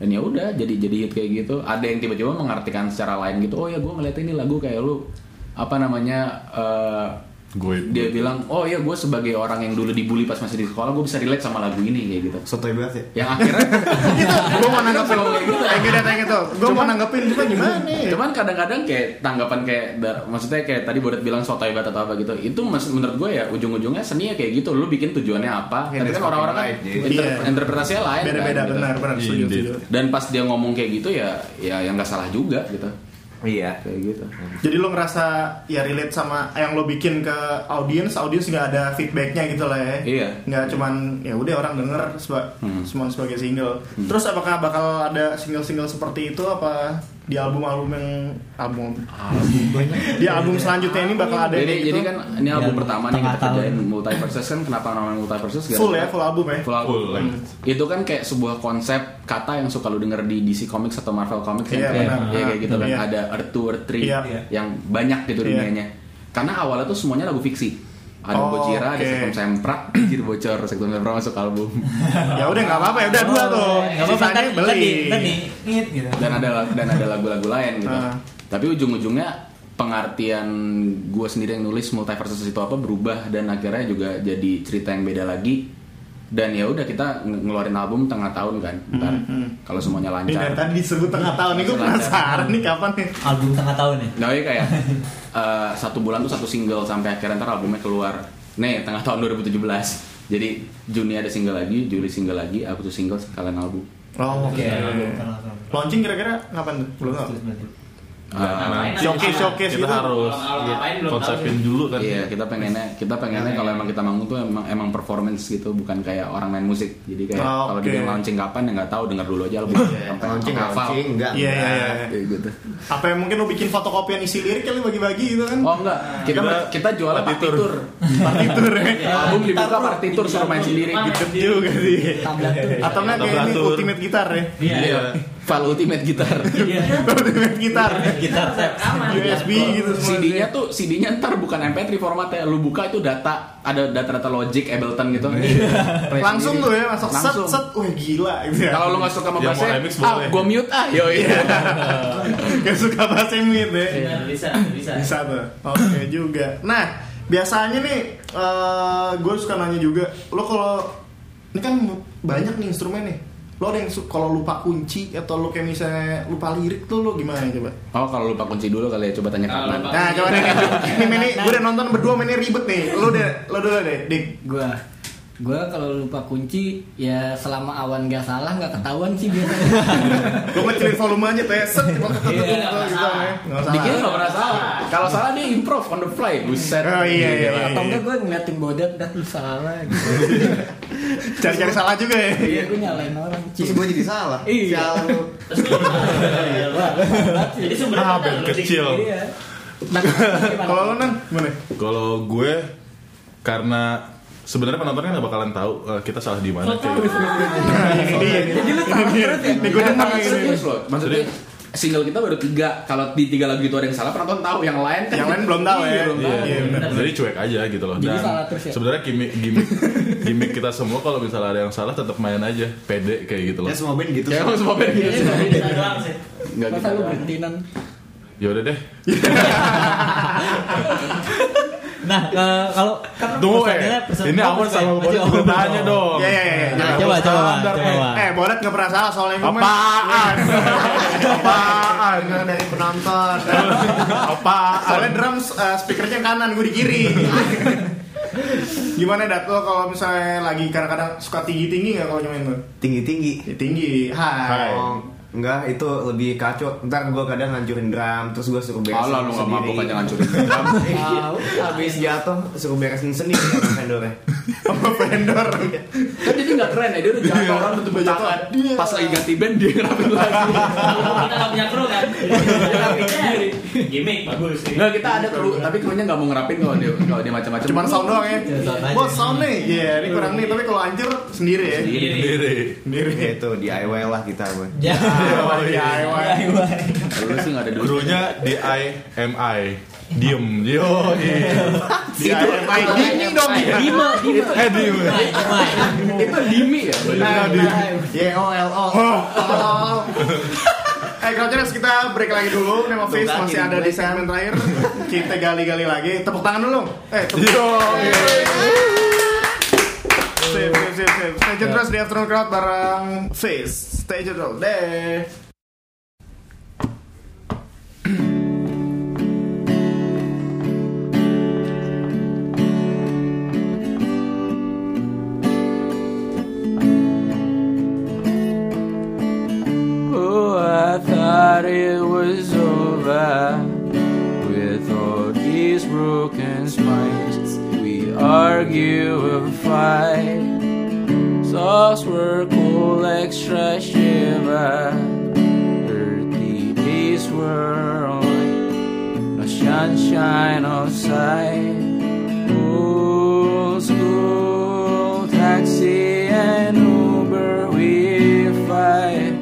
Speaker 6: dan ya udah jadi jadi hit kayak gitu ada yang tiba-tiba mengartikan secara lain gitu oh ya gue ngeliat ini lagu kayak lu apa namanya eh,
Speaker 5: Gue
Speaker 6: dia bilang oh ya gue sebagai orang yang dulu dibully pas masih di sekolah gue bisa relate sama lagu ini kayak gitu
Speaker 7: Sotoy banget ya.
Speaker 6: yang akhirnya [laughs]
Speaker 3: Gue mau nanggepin
Speaker 6: Kayak gitu.
Speaker 3: Kayak gitu, kayak gitu Gue mau nanggepin juga gimana nih
Speaker 6: Cuman kadang-kadang kayak tanggapan kayak dar- maksudnya kayak tadi Bodet bilang sotoy banget atau apa gitu. Itu mas- menurut gue ya ujung-ujungnya seni ya kayak gitu. Lu bikin tujuannya apa?
Speaker 7: Ya,
Speaker 6: Tadi kan
Speaker 7: that's
Speaker 6: orang-orang kan
Speaker 7: fucking right,
Speaker 6: inter-
Speaker 3: Iya.
Speaker 6: interpretasinya lain. kan,
Speaker 3: Beda-beda
Speaker 6: gitu.
Speaker 3: benar benar setuju
Speaker 5: Indeed.
Speaker 3: setuju.
Speaker 6: Dan pas dia ngomong kayak gitu ya ya yang nggak salah juga gitu.
Speaker 7: Iya.
Speaker 6: Kayak gitu.
Speaker 3: Jadi lo ngerasa ya relate sama yang lo bikin ke audiens, audiens nggak ada feedbacknya gitu lah ya.
Speaker 6: Iya.
Speaker 3: Nggak cuman ya udah orang denger seba- cuma sebagai single. Terus apakah bakal ada single-single seperti itu apa di album-album yang album
Speaker 5: Iya.
Speaker 3: di album selanjutnya ini bakal ada
Speaker 6: Jadi
Speaker 3: yang gitu?
Speaker 6: jadi kan ini album
Speaker 4: Dan
Speaker 6: pertama nih kita
Speaker 4: tengah
Speaker 6: kerjain multiverses kan kenapa namanya multiverses
Speaker 3: full ya, full album ya.
Speaker 6: Full album.
Speaker 5: Full length.
Speaker 6: Itu kan kayak sebuah konsep kata yang suka lu denger di DC Comics atau Marvel Comics
Speaker 3: Iya,
Speaker 6: yang kayak,
Speaker 3: benar.
Speaker 6: ya, kayak gitu kan
Speaker 3: Iya.
Speaker 6: ada Earth 2, Earth 3
Speaker 3: Iya.
Speaker 6: yang banyak gitu
Speaker 3: Iya.
Speaker 6: dunianya. Karena awalnya tuh semuanya lagu fiksi. Ada
Speaker 3: Oh,
Speaker 6: Gojira, ada
Speaker 3: oke.
Speaker 6: Sektum Semprak, [clears throat] anjir bocor, Sektum Semprak masuk album.
Speaker 3: [laughs] Ya udah nggak apa-apa ya udah
Speaker 10: Oh,
Speaker 3: dua
Speaker 8: Oh,
Speaker 3: tuh.
Speaker 10: iya,
Speaker 8: iya.
Speaker 4: Enggak apa-apa
Speaker 3: Sisanya
Speaker 4: kan
Speaker 3: beli.
Speaker 4: beli. Tadi, ngit gitu.
Speaker 6: Dan ada dan ada lagu-lagu lain gitu.
Speaker 3: Ah.
Speaker 6: Tapi ujung-ujungnya pengertian gue sendiri yang nulis multiverse itu apa berubah dan akhirnya juga jadi cerita yang beda lagi dan ya udah kita ng- ngeluarin album tengah tahun kan ntar kalau semuanya
Speaker 3: Hmm, Ini dari
Speaker 6: lancar
Speaker 3: tadi disebut tengah tahun nih gue
Speaker 6: Lancar.
Speaker 3: penasaran nih kapan nih.
Speaker 4: Album tengah tahun ya.
Speaker 6: Nah, ya kayak eh, satu bulan tuh satu single sampai akhirnya ntar albumnya keluar. Nih, tengah tahun 2017. Jadi Juni ada single lagi, Juli single lagi, aku tuh single sekalian album.
Speaker 3: Oh, oke.
Speaker 4: album tengah tahun.
Speaker 3: Launching kira-kira kapan tuh? Belum tahu.
Speaker 4: Terus berarti.
Speaker 6: Eh,
Speaker 3: Showcase showcase gitu.
Speaker 5: Nah, Kita harus
Speaker 9: Kalau ngapain belum tahu
Speaker 5: konsepin
Speaker 9: sih.
Speaker 5: dulu kan.
Speaker 6: Iya, kita pengennya kita pengennya
Speaker 3: Iya,
Speaker 6: kalau emang kita manggung tuh emang emang performance gitu, bukan kayak orang main musik. Jadi kayak
Speaker 3: Oh,
Speaker 6: kalau
Speaker 3: oke.
Speaker 6: dibilang launching kapan ya nggak tahu, denger dulu aja album sampai
Speaker 7: Launching,
Speaker 6: hafal.
Speaker 7: launching, Iya. enggak.
Speaker 3: Iya iya iya.
Speaker 6: Kayak gitu.
Speaker 3: Apa yang mungkin lo bikin fotokopian isi lirik kali bagi-bagi gitu kan?
Speaker 6: Oh enggak, kita
Speaker 5: Kita-
Speaker 6: kita jualan
Speaker 5: partitur.
Speaker 6: partitur.
Speaker 3: [laughs]
Speaker 6: Iya,
Speaker 3: Partitur ya. Iya.
Speaker 6: Album dibuka partitur suruh main sendiri gitu.
Speaker 3: Deket juga sih. Atau enggak kayak ini
Speaker 5: Tablatur.
Speaker 3: ultimate gitar ya?
Speaker 5: Iya.
Speaker 6: File Ultimate Gitar.
Speaker 4: Iya.
Speaker 3: [laughs] ultimate gitar.
Speaker 8: Eh,
Speaker 4: Kita tap.
Speaker 3: USB gitu
Speaker 6: [laughs]
Speaker 3: semua.
Speaker 6: CD-nya Iya. tuh CD-nya ntar bukan MP3 formatnya, lu buka itu data ada data-data Logic, Ableton gitu. Play
Speaker 3: Iya. Langsung tuh ya
Speaker 6: sendiri.
Speaker 3: masuk set
Speaker 6: Langsung.
Speaker 3: set. Wah gila gitu ya.
Speaker 6: Kalau
Speaker 3: [laughs]
Speaker 6: lu nggak suka sama
Speaker 5: Yang mau
Speaker 6: bassnya,
Speaker 5: remix
Speaker 6: ah,
Speaker 5: boleh."
Speaker 6: gua mute ah, yo iya. [laughs]
Speaker 3: Gak suka bahasa mid ya.
Speaker 9: Benar, Bisa, bisa.
Speaker 3: Bisa tuh. Oke juga. Nah, biasanya nih gue suka nanya juga, lo kalau ini kan banyak nih instrumen nih. Lo ada yang su- kalau lupa kunci atau lo kayak misalnya lupa lirik tuh lo gimana coba?
Speaker 6: Oh, kalau lupa kunci dulu kali ya, coba tanya
Speaker 9: Kalau
Speaker 6: Karman.
Speaker 9: lupa-
Speaker 3: Nah, coba deh. Ini ini gue udah nonton berdua mainnya ribet nih. Lo deh, lo dulu deh, Dik.
Speaker 8: Gua gua kalau lupa kunci ya selama awan gak salah nggak ketahuan sih biasanya.
Speaker 3: Lo ngecilin volume aja tuh ya. Set, tiba gitu
Speaker 8: Iya,
Speaker 3: gitu gitu ya. [laughs] Nggak salah.
Speaker 6: Dikit nggak pernah salah. Nah, Kalau salah dia improv on the fly, buset.
Speaker 3: Oh iya iya. iya,
Speaker 8: Atau
Speaker 3: iya.
Speaker 8: enggak gue ngeliatin bodet dan lu salah gitu.
Speaker 3: Cari-cari salah juga ya.
Speaker 8: Iya gue nyalain orang
Speaker 7: Terus
Speaker 8: Ci.
Speaker 7: gue jadi salah.
Speaker 8: Iya.
Speaker 7: Sial lu.
Speaker 9: Jadi sumber
Speaker 5: Ah, band kecil.
Speaker 8: Iya. Nah, gimana?
Speaker 3: Oh. Kalau lo nang gimana?
Speaker 5: Kalau gue karena sebenarnya penontonnya nggak bakalan tahu eh, kita salah di mana kayak
Speaker 3: Nah, ini dia. Jadi lo salah terus ya. Nih gue
Speaker 6: Nah,
Speaker 3: denger
Speaker 6: nah,
Speaker 3: nih, ini.
Speaker 6: serius loh. Maksudnya single kita baru tiga. Kalau di tiga lagu itu ada yang salah, penonton tahu. Yang lain kan
Speaker 3: Yang lain belum tahu ya.
Speaker 6: Iya, belum tahu.
Speaker 3: Iya, benar.
Speaker 5: Jadi cuek aja gitu loh.
Speaker 8: Jadi
Speaker 5: Dan
Speaker 8: salah terus ya?
Speaker 5: sebenarnya gimmick, gimmick,
Speaker 8: [laughs]
Speaker 5: gimmick kita semua kalau misalnya ada yang salah tetap main aja, pede kayak gitu loh.
Speaker 7: Ya semua band gitu.
Speaker 6: Ya, emang semua band gitu.
Speaker 9: Bisa bisa doang sih.
Speaker 6: Nggak
Speaker 8: Masa
Speaker 6: gitu. kita
Speaker 8: lu
Speaker 6: doang.
Speaker 8: berhenti Nan?
Speaker 5: Ya udah deh.
Speaker 4: Nah, eh, kalau kan
Speaker 5: Tuh,
Speaker 4: pesannya-
Speaker 5: eh,
Speaker 4: pesan-
Speaker 5: ini
Speaker 4: oh,
Speaker 5: awal
Speaker 4: pesan-
Speaker 5: sama
Speaker 4: masih
Speaker 5: Boris juga
Speaker 4: awal.
Speaker 8: oh.
Speaker 5: tanya dong.
Speaker 8: Iya,
Speaker 3: Ya ya ya, ya.
Speaker 4: Nah, Coba, coba,
Speaker 5: Standar,
Speaker 4: coba.
Speaker 3: Eh, Borat gak pernah salah soalnya gue
Speaker 5: Apaan?
Speaker 3: Apaan? dari penonton.
Speaker 5: Apaan?
Speaker 3: Soalnya drum eh, speakernya kanan, gue di kiri. Gimana Dat lo kalau misalnya lagi kadang-kadang suka tinggi-tinggi gak kalau nyobain lo?
Speaker 7: Tinggi-tinggi.
Speaker 3: Ya, tinggi. Hai.
Speaker 5: Hai.
Speaker 7: Oh, Enggak, itu lebih kacau. Ntar gue kadang ngancurin drum, terus gue suruh beresin
Speaker 6: Kalau lu nggak
Speaker 7: sendiri.
Speaker 6: mabuk aja
Speaker 3: [laughs]
Speaker 6: ngancurin
Speaker 3: Iya.
Speaker 6: drum.
Speaker 10: [laughs]
Speaker 7: Tahu, Habis jatuh suruh beresin sendiri sama vendornya. Sama vendor.
Speaker 6: Kan jadi nggak keren ya dia udah jatuh orang tutup tangan.
Speaker 3: Iya.
Speaker 6: Pas lagi ganti band dia ngerapin
Speaker 3: [laughs]
Speaker 6: lagi.
Speaker 9: Kita nggak punya kru kan? Kita punya sendiri. Gimik bagus sih.
Speaker 6: Nggak kita ada kru tapi krunya nggak mau ngerapin kalau dia kalau dia macam-macam.
Speaker 3: Iya. Cuman sound doang ya.
Speaker 4: sound aja.
Speaker 3: Bos sound nih. Iya, ini kurang nih, tapi kalau hancur sendiri ya.
Speaker 6: Iya.
Speaker 9: Sendiri.
Speaker 5: Diri.
Speaker 3: Sendiri.
Speaker 7: Ya itu DIY lah kita, Boy.
Speaker 4: Ya.
Speaker 3: Oh,
Speaker 8: Iya,
Speaker 3: DIY.
Speaker 6: Lu sih nggak ada duit.
Speaker 5: Gurunya DIMI. Diem. Yo.
Speaker 8: [laughs]
Speaker 3: DIY. Ini dong.
Speaker 6: Dima, Dima.
Speaker 5: Eh diem.
Speaker 6: Itu Dimi ya.
Speaker 7: Y O L O.
Speaker 3: [laughs] Oh. Eh, Crouchers kita break lagi dulu. Nemo Face
Speaker 7: Tuh,
Speaker 3: masih
Speaker 7: kan,
Speaker 3: ada di
Speaker 7: break.
Speaker 3: segmen terakhir. Kita gali-gali lagi. Tepuk tangan dulu. Eh, tepuk
Speaker 5: Yo.
Speaker 3: Sip, sip, sip, sip. Stay tune terus di Afternoon Crowd bareng Face. Stay tune terus deh.
Speaker 6: Oh, I thought it was over with all these broken spines. We argue and fight. Socks were cold, extra shiver. Earthy days were only no sunshine outside. Old school taxi and Uber, we fight.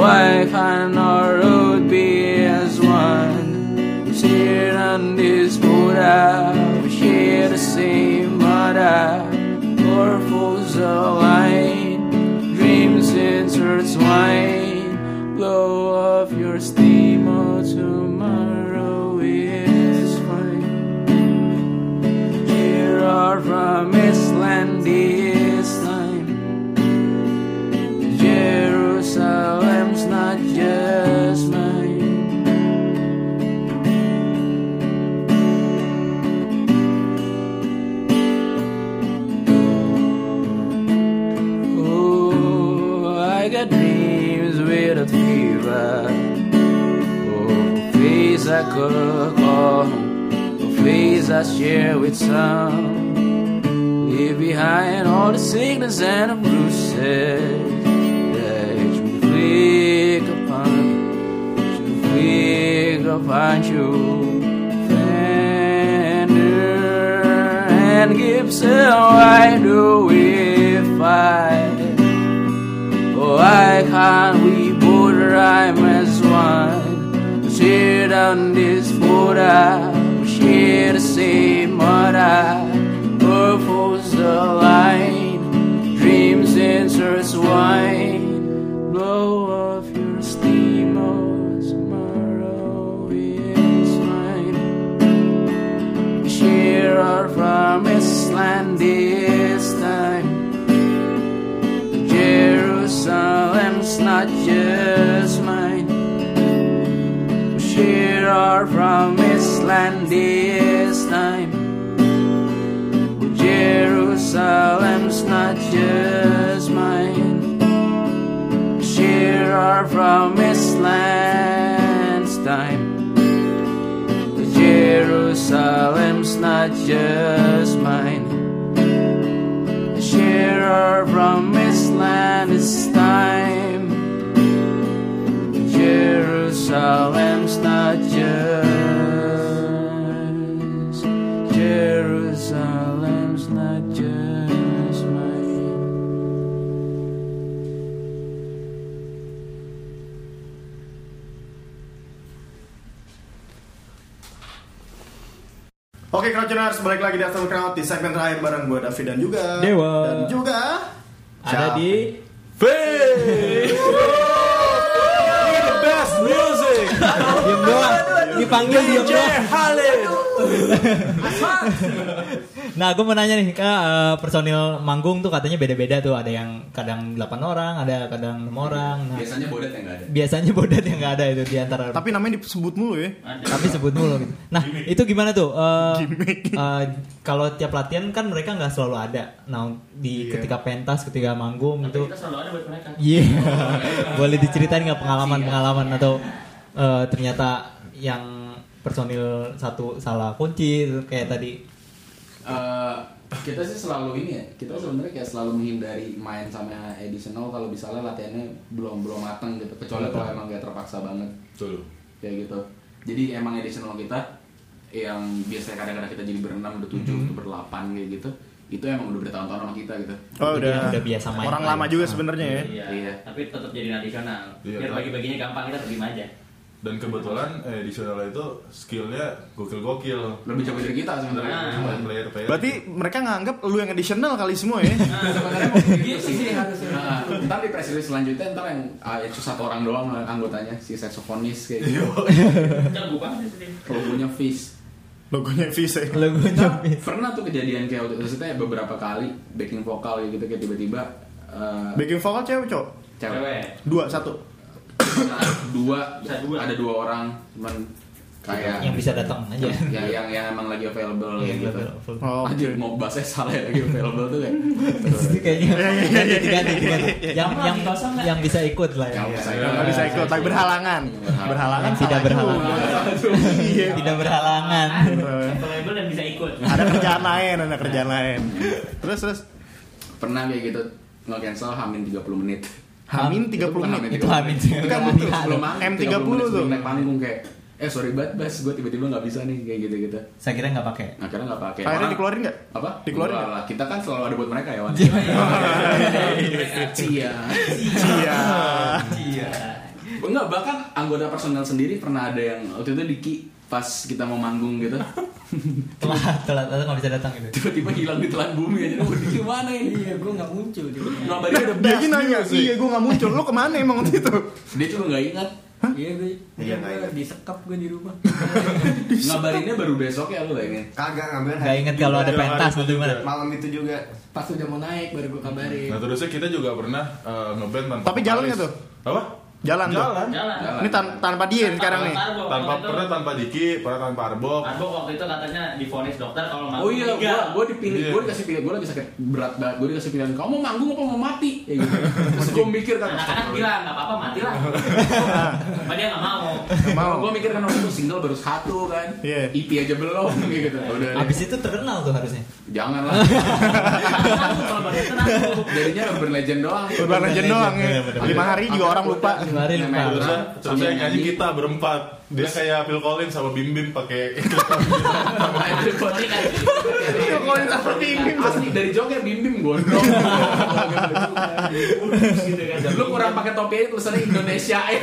Speaker 6: Why can't our road be as one? We share on this Buddha, we share the same mother, our foes align, dreams intertwine. Blow off your steam, oh, tomorrow is fine. Here are promised land this time. Jerusalem's not just mine. Oh, I got dreams without fever. Oh, face I could call home. Oh, face I share with some. Leave behind all the sickness and the bruises that you flick upon, you flick upon you. Fender and Gibson, why do we fight? Why can't we both rhyme as one? We sit on this border, we share the same mother. Purple's the line, dreams intertwine. Blow off your steam, oh, tomorrow is mine. We share our promised land this time. Jerusalem's not just mine. We share our promised land this time. Oh, Jerusalem's not just mine. We share our promised land's time. Oh, Jerusalem's not just mine shearer from Island is time. Jerusalem's not just. Jerusalem's not just mine.
Speaker 3: Oke, Crouchers balik lagi di Afternoon Crowd di segmen terakhir bareng gue David dan juga
Speaker 4: Dewa.
Speaker 3: dan juga
Speaker 4: Ada di
Speaker 5: Face. We the best music.
Speaker 4: diam doang. Dipanggil diam doang.
Speaker 5: Halid.
Speaker 10: [laughs] Nah, gue mau nanya nih, kan, eh, personil manggung tuh katanya beda-beda tuh. Ada yang kadang 8 orang, ada kadang 6 orang. Nah,
Speaker 6: Biasanya bodet yang nggak ada.
Speaker 10: biasanya bodat yang nggak ada itu di antara
Speaker 3: Tapi namanya disebut mulu ya.
Speaker 10: tapi sebut mulu gitu. Nah, itu gimana tuh? Eh, eh, kalau tiap latihan kan mereka nggak selalu ada. Nah, di
Speaker 3: Iya.
Speaker 10: ketika pentas, ketika manggung
Speaker 9: Tapi
Speaker 10: itu
Speaker 9: kita selalu ada buat mereka.
Speaker 10: Iya. [laughs] Boleh diceritain nggak pengalaman-pengalaman atau eh, ternyata yang personil satu salah kunci terus kayak tadi.
Speaker 6: Eh, kita sih selalu ini ya kita sebenarnya kayak selalu menghindari main sama additional kalau misalnya latihannya belum belum matang gitu kecuali kalau emang kayak terpaksa banget
Speaker 5: Betul.
Speaker 6: kayak gitu jadi emang additional kita yang biasanya kadang-kadang kita jadi berenam udah tujuh udah berdelapan kayak gitu itu emang udah bertahun-tahun sama kita gitu
Speaker 3: Oh,
Speaker 10: Jadi
Speaker 3: udah,
Speaker 10: udah biasa main. Ah.
Speaker 3: Orang lama juga sebenarnya ya.
Speaker 9: Iya.
Speaker 6: Iya.
Speaker 9: Tapi tetap jadi tradisional.
Speaker 5: Iya,
Speaker 9: Biar
Speaker 5: tetap.
Speaker 9: bagi-baginya gampang kita terima aja.
Speaker 5: Dan kebetulan eh, additional itu skillnya gokil-gokil.
Speaker 6: lebih jago dari kita sebenarnya
Speaker 9: Nah.
Speaker 6: Cuma
Speaker 5: Bukan player player.
Speaker 3: Berarti mereka nganggap lu yang additional kali semua
Speaker 10: [laughs]
Speaker 3: ya.
Speaker 6: sebenarnya mau kayak gitu sih harusnya nah, ntar di press release selanjutnya ntar yang ah, itu satu orang doang lah anggotanya si saxophonist kayak gitu
Speaker 9: Jago banget sih.
Speaker 6: logonya fish
Speaker 3: Logonya Visa. ya.
Speaker 10: Logonya
Speaker 6: pernah tuh kejadian kayak waktu maksudnya beberapa kali backing vokal kayak gitu kayak tiba-tiba eh,
Speaker 3: Backing vokal cewek cowok.
Speaker 6: cewek
Speaker 9: Cewek.
Speaker 3: Dua satu.
Speaker 6: Nah, dua,
Speaker 9: Bisa dua.
Speaker 6: ada dua orang cuman kayak
Speaker 10: yang bisa datang aja. [laughs] Iya,
Speaker 6: ya, yang yang emang lagi available kayak gitu
Speaker 3: Oh,
Speaker 6: Anjir,
Speaker 3: oke.
Speaker 6: mau bahasnya salah ya lagi available tuh ya
Speaker 10: Itu kayaknya
Speaker 3: Iya,
Speaker 10: diganti, diganti, diganti. yang
Speaker 9: Kamu
Speaker 10: yang
Speaker 9: lagi kosong nggak?
Speaker 10: yang bisa ikut lah ya.
Speaker 6: Nggak usah ikut.
Speaker 3: Nggak bisa ikut, tapi berhalangan. Iya, Berhalangan
Speaker 10: Yang tidak
Speaker 3: salah
Speaker 10: berhalangan.
Speaker 3: juga. Iya.
Speaker 10: Tidak berhalangan.
Speaker 9: Available dan bisa ikut.
Speaker 3: Ada kerjaan lain, ada kerjaan lain. Terus terus
Speaker 6: [laughs] pernah kayak gitu nggak cancel hamin 30 menit
Speaker 3: Hamin 30 menit.
Speaker 10: Itu Hamin.
Speaker 3: Itu kan
Speaker 10: Hamin.
Speaker 3: betul.
Speaker 6: Sebelum
Speaker 3: M30
Speaker 6: 30 menit sebelum
Speaker 3: tuh.
Speaker 6: naik panggung kayak eh sorry banget bas gue tiba-tiba nggak bisa nih kayak gitu-gitu
Speaker 10: Saya kira nggak pakai.
Speaker 6: akhirnya nggak pakai
Speaker 3: Akhirnya
Speaker 6: Orang-
Speaker 3: dikeluarin nggak?
Speaker 6: apa
Speaker 3: Dikeluarin
Speaker 6: Enggak
Speaker 3: nggak?
Speaker 6: lah, kita kan selalu ada buat mereka ya Wan
Speaker 8: Iya.
Speaker 6: cia
Speaker 3: Iya.
Speaker 9: Iya.
Speaker 6: enggak bahkan anggota personel sendiri pernah ada yang waktu itu Diki pas kita mau manggung gitu
Speaker 10: Telat, telat, telat nggak bisa datang gitu.
Speaker 6: tiba-tiba hilang di telan bumi aja "Wah, Diki mana ini
Speaker 8: Iya, gue nggak muncul. dia.
Speaker 6: ngabarin ada
Speaker 3: Dia
Speaker 6: bas
Speaker 3: gini nanya, iya gue gak muncul, lu kemana emang waktu itu?
Speaker 6: dia juga nggak ingat
Speaker 8: Iya, gue iya,
Speaker 7: Iya, nggak
Speaker 8: gue
Speaker 7: ingat.
Speaker 8: disekap gue di rumah.
Speaker 6: ngabarinnya baru besok ya lu bayangin
Speaker 7: Kagak ngabarin
Speaker 10: Nggak
Speaker 7: hari
Speaker 10: inget
Speaker 7: itu
Speaker 10: kalau ada
Speaker 7: juga.
Speaker 10: pentas atau gimana.
Speaker 7: Malam itu juga
Speaker 8: Pas udah mau naik baru gue kabarin.
Speaker 5: Nah terusnya kita juga pernah eh, ngeband tanpa
Speaker 3: Tapi jalan
Speaker 5: vokalis.
Speaker 3: nggak tuh?
Speaker 5: Apa?
Speaker 3: Jalan tuh.
Speaker 5: Jalan.
Speaker 9: Jalan.
Speaker 3: Ini tan- tanpa dia nih sekarang nih.
Speaker 9: Tarbo,
Speaker 10: Oh,
Speaker 5: Tanpa
Speaker 9: waktu itu-
Speaker 5: pernah tanpa Diki, pernah tanpa Arbok.
Speaker 9: Arbo waktu itu katanya difonis dokter kalau mau
Speaker 6: Oh iya, gua, gua dipilih,
Speaker 5: Iya.
Speaker 6: gua dikasih pilihan, gua lagi sakit berat banget, gua dikasih pilihan, kamu mau manggung apa mau mati? Ya gitu. Terus gua mikir kan,
Speaker 9: Anak-anak bilang nggak apa-apa mati
Speaker 6: [laughs]
Speaker 9: lah. Tapi dia nggak mau.
Speaker 3: Nggak mau.
Speaker 6: Gue mikir kan waktu itu single baru satu kan,
Speaker 3: Iya.
Speaker 6: EP aja belum [laughs] gitu. Udah, deh.
Speaker 10: Abis itu terkenal tuh harusnya.
Speaker 6: jangan lah.
Speaker 9: Kalau baru tenang, gua-
Speaker 6: Jadinya Urban Legend doang.
Speaker 3: Urban Legend doang ya.
Speaker 10: Bener-bener.
Speaker 3: Lima hari juga orang lupa.
Speaker 10: Kemarin lupa.
Speaker 5: Terusnya,
Speaker 6: Sama
Speaker 5: terusnya yang nyanyi gitu.
Speaker 6: nyanyi.
Speaker 5: kita berempat. Dia kayak Phil Collins sama Bim Bim
Speaker 3: [laughs]
Speaker 5: pakai
Speaker 9: sorry kan.
Speaker 6: Iya,
Speaker 3: Phil Collins sama Bim Bim.
Speaker 6: Asli dari Jogja Bim Bim gondrong. Lu kurang pakai topi aja tulisannya Indonesia ya.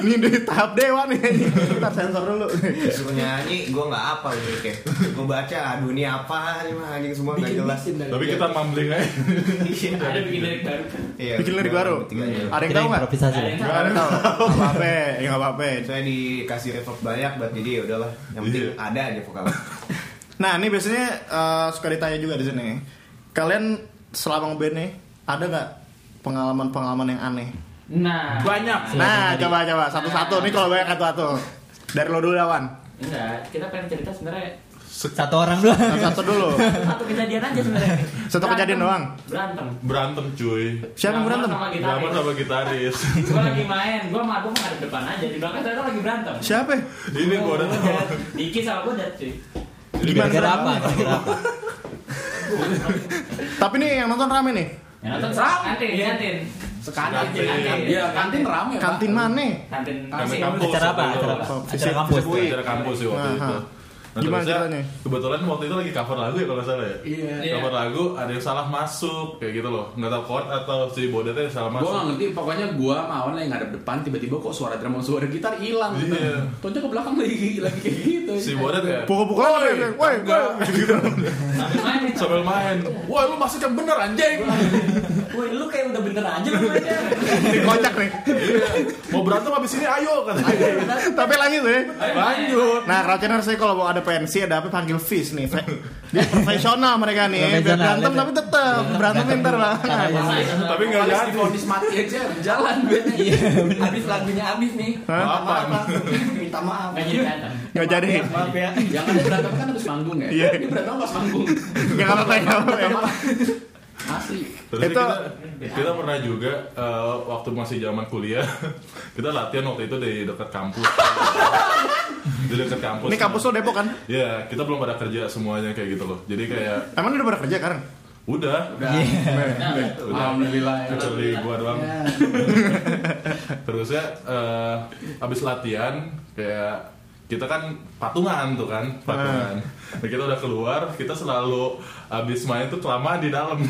Speaker 3: Ini di tahap dewa nih. Kita sensor dulu.
Speaker 7: disuruh nyanyi gue nggak apa gitu kayak gue baca aduh ini apa ini mah anjing semua nggak jelas
Speaker 5: Tapi kita
Speaker 3: Iya.
Speaker 5: mumbling aja.
Speaker 9: Ada bikin lirik baru.
Speaker 7: Iya,
Speaker 3: Bikin lirik baru.
Speaker 7: tiga aja.
Speaker 3: Ada yang
Speaker 10: Kira
Speaker 3: tahu nggak?
Speaker 10: improvisasi.
Speaker 9: Ada yang
Speaker 3: Nggak ada yang tahu. Nggak apa-apa, ya nggak apa-apa.
Speaker 7: saya dikasih reverb banyak buat jadi ya udahlah yang penting
Speaker 5: Iya.
Speaker 7: ada aja vokal
Speaker 3: Nah ini biasanya eh, suka ditanya juga di sini. Kalian selama ngeband nih ada nggak pengalaman-pengalaman yang aneh?
Speaker 9: Nah,
Speaker 6: Banyak.
Speaker 3: Nah coba coba satu-satu. Nih kalau banyak kan satu-satu. Dari lo dulu lawan.
Speaker 9: enggak. Kita pengen cerita sebenarnya
Speaker 10: Satu orang doang.
Speaker 3: Satu dulu.
Speaker 9: satu kejadian aja sebenarnya.
Speaker 3: Satu kejadian
Speaker 9: Berantem.
Speaker 3: doang.
Speaker 9: Berantem.
Speaker 5: Berantem cuy.
Speaker 3: Siapa yang berantem?
Speaker 9: Sama
Speaker 5: Drama
Speaker 9: gitaris.
Speaker 5: sama gitaris. [laughs]
Speaker 9: Gua lagi main, gua mabuk nggak ada depan aja. Di belakang ternyata lagi berantem.
Speaker 3: Siapa? ya?
Speaker 5: Ini gua udah tahu.
Speaker 9: Diki sama gua dat cuy. Ya,
Speaker 3: Gimana
Speaker 10: Gara-gara apa?
Speaker 3: caranya?
Speaker 10: Gara-gara apa?
Speaker 3: Tapi nih yang nonton rame nih.
Speaker 9: Yang nonton seram. Kantin, kantin.
Speaker 6: Sekarang
Speaker 5: Kantin.
Speaker 6: Ya kantin rame. Pak.
Speaker 3: Kantin mana?
Speaker 9: Kantin.
Speaker 5: Kantin
Speaker 9: Kantin.
Speaker 5: kampus.
Speaker 10: Acara apa? Acara apa? Acara kampus.
Speaker 5: Acara kampus sih waktu
Speaker 3: Aha.
Speaker 5: itu. Nah,
Speaker 3: Gimana
Speaker 5: terusnya,
Speaker 3: ceritanya?
Speaker 5: Kebetulan waktu itu lagi cover lagu ya kalau nggak salah ya.
Speaker 6: Iya.
Speaker 9: Iya.
Speaker 5: Cover lagu ada yang salah masuk kayak gitu loh. Nggak tahu chord atau si bodetnya salah
Speaker 6: Gue
Speaker 5: masuk.
Speaker 6: gak ngerti, pokoknya gue sama Awan yang ngadep depan tiba-tiba kok suara drum sama suara gitar hilang gitu.
Speaker 5: Iya.
Speaker 6: Tonjok ke belakang lagi [laughs] lagi kayak gitu.
Speaker 5: Si bodet ya.
Speaker 3: Pukul-pukulan apa ya? Woi,
Speaker 5: enggak. Gitu.
Speaker 9: Sambil main nih.
Speaker 5: Sambil main. Wah, lu masuknya bener anjing.
Speaker 9: Woi, lu kayak udah bener aja lu mainnya.
Speaker 3: dikocak nih.
Speaker 5: Mau berantem habis ini ayo kan. katanya.
Speaker 3: Tapi lanjut ya.
Speaker 9: Lanjut.
Speaker 3: Nah, Crouchner sih kalau mau ada pensi ada apa panggil Fis nih. Dia profesional mereka nih. Biar
Speaker 10: Profesional,
Speaker 3: berantem
Speaker 10: iya.
Speaker 3: tapi tetap berantem pinter lah.
Speaker 5: Tapi nggak jadi.
Speaker 9: Vonis mati aja
Speaker 5: [laughs]
Speaker 9: jalan
Speaker 6: [laughs]
Speaker 10: Iya,
Speaker 9: Habis lagunya habis nih.
Speaker 3: Hah?
Speaker 8: minta maaf
Speaker 9: Nggak jadi berantem.
Speaker 3: Nggak jadi.
Speaker 9: Maaf ya.
Speaker 6: Yang ada berantem kan harus manggung ya.
Speaker 3: Iya.
Speaker 6: Ini berantem pas manggung.
Speaker 3: Nggak apa-apa nggak apa-apa.
Speaker 6: Asli.
Speaker 3: Itu-
Speaker 5: Terus kita, kita pernah juga eh, waktu masih zaman kuliah [laughs] kita latihan waktu itu di dekat
Speaker 3: [laughs]
Speaker 5: kampus. di dekat kampus.
Speaker 3: Ini kampus lo Depok kan?
Speaker 5: Ya, kita belum pada kerja semuanya kayak gitu loh. Jadi kayak
Speaker 3: Emang lu udah pernah kerja sekarang?
Speaker 5: udah,
Speaker 6: Udah.
Speaker 5: Iya. udah.
Speaker 6: Alhamdulillah. ya.
Speaker 5: kecuali gua doang. [laughs] Terusnya eh, abis latihan kayak kita kan patungan tuh kan patungan. Nah, kita udah keluar, kita selalu abis main tuh kelamaan di dalam. [laughs]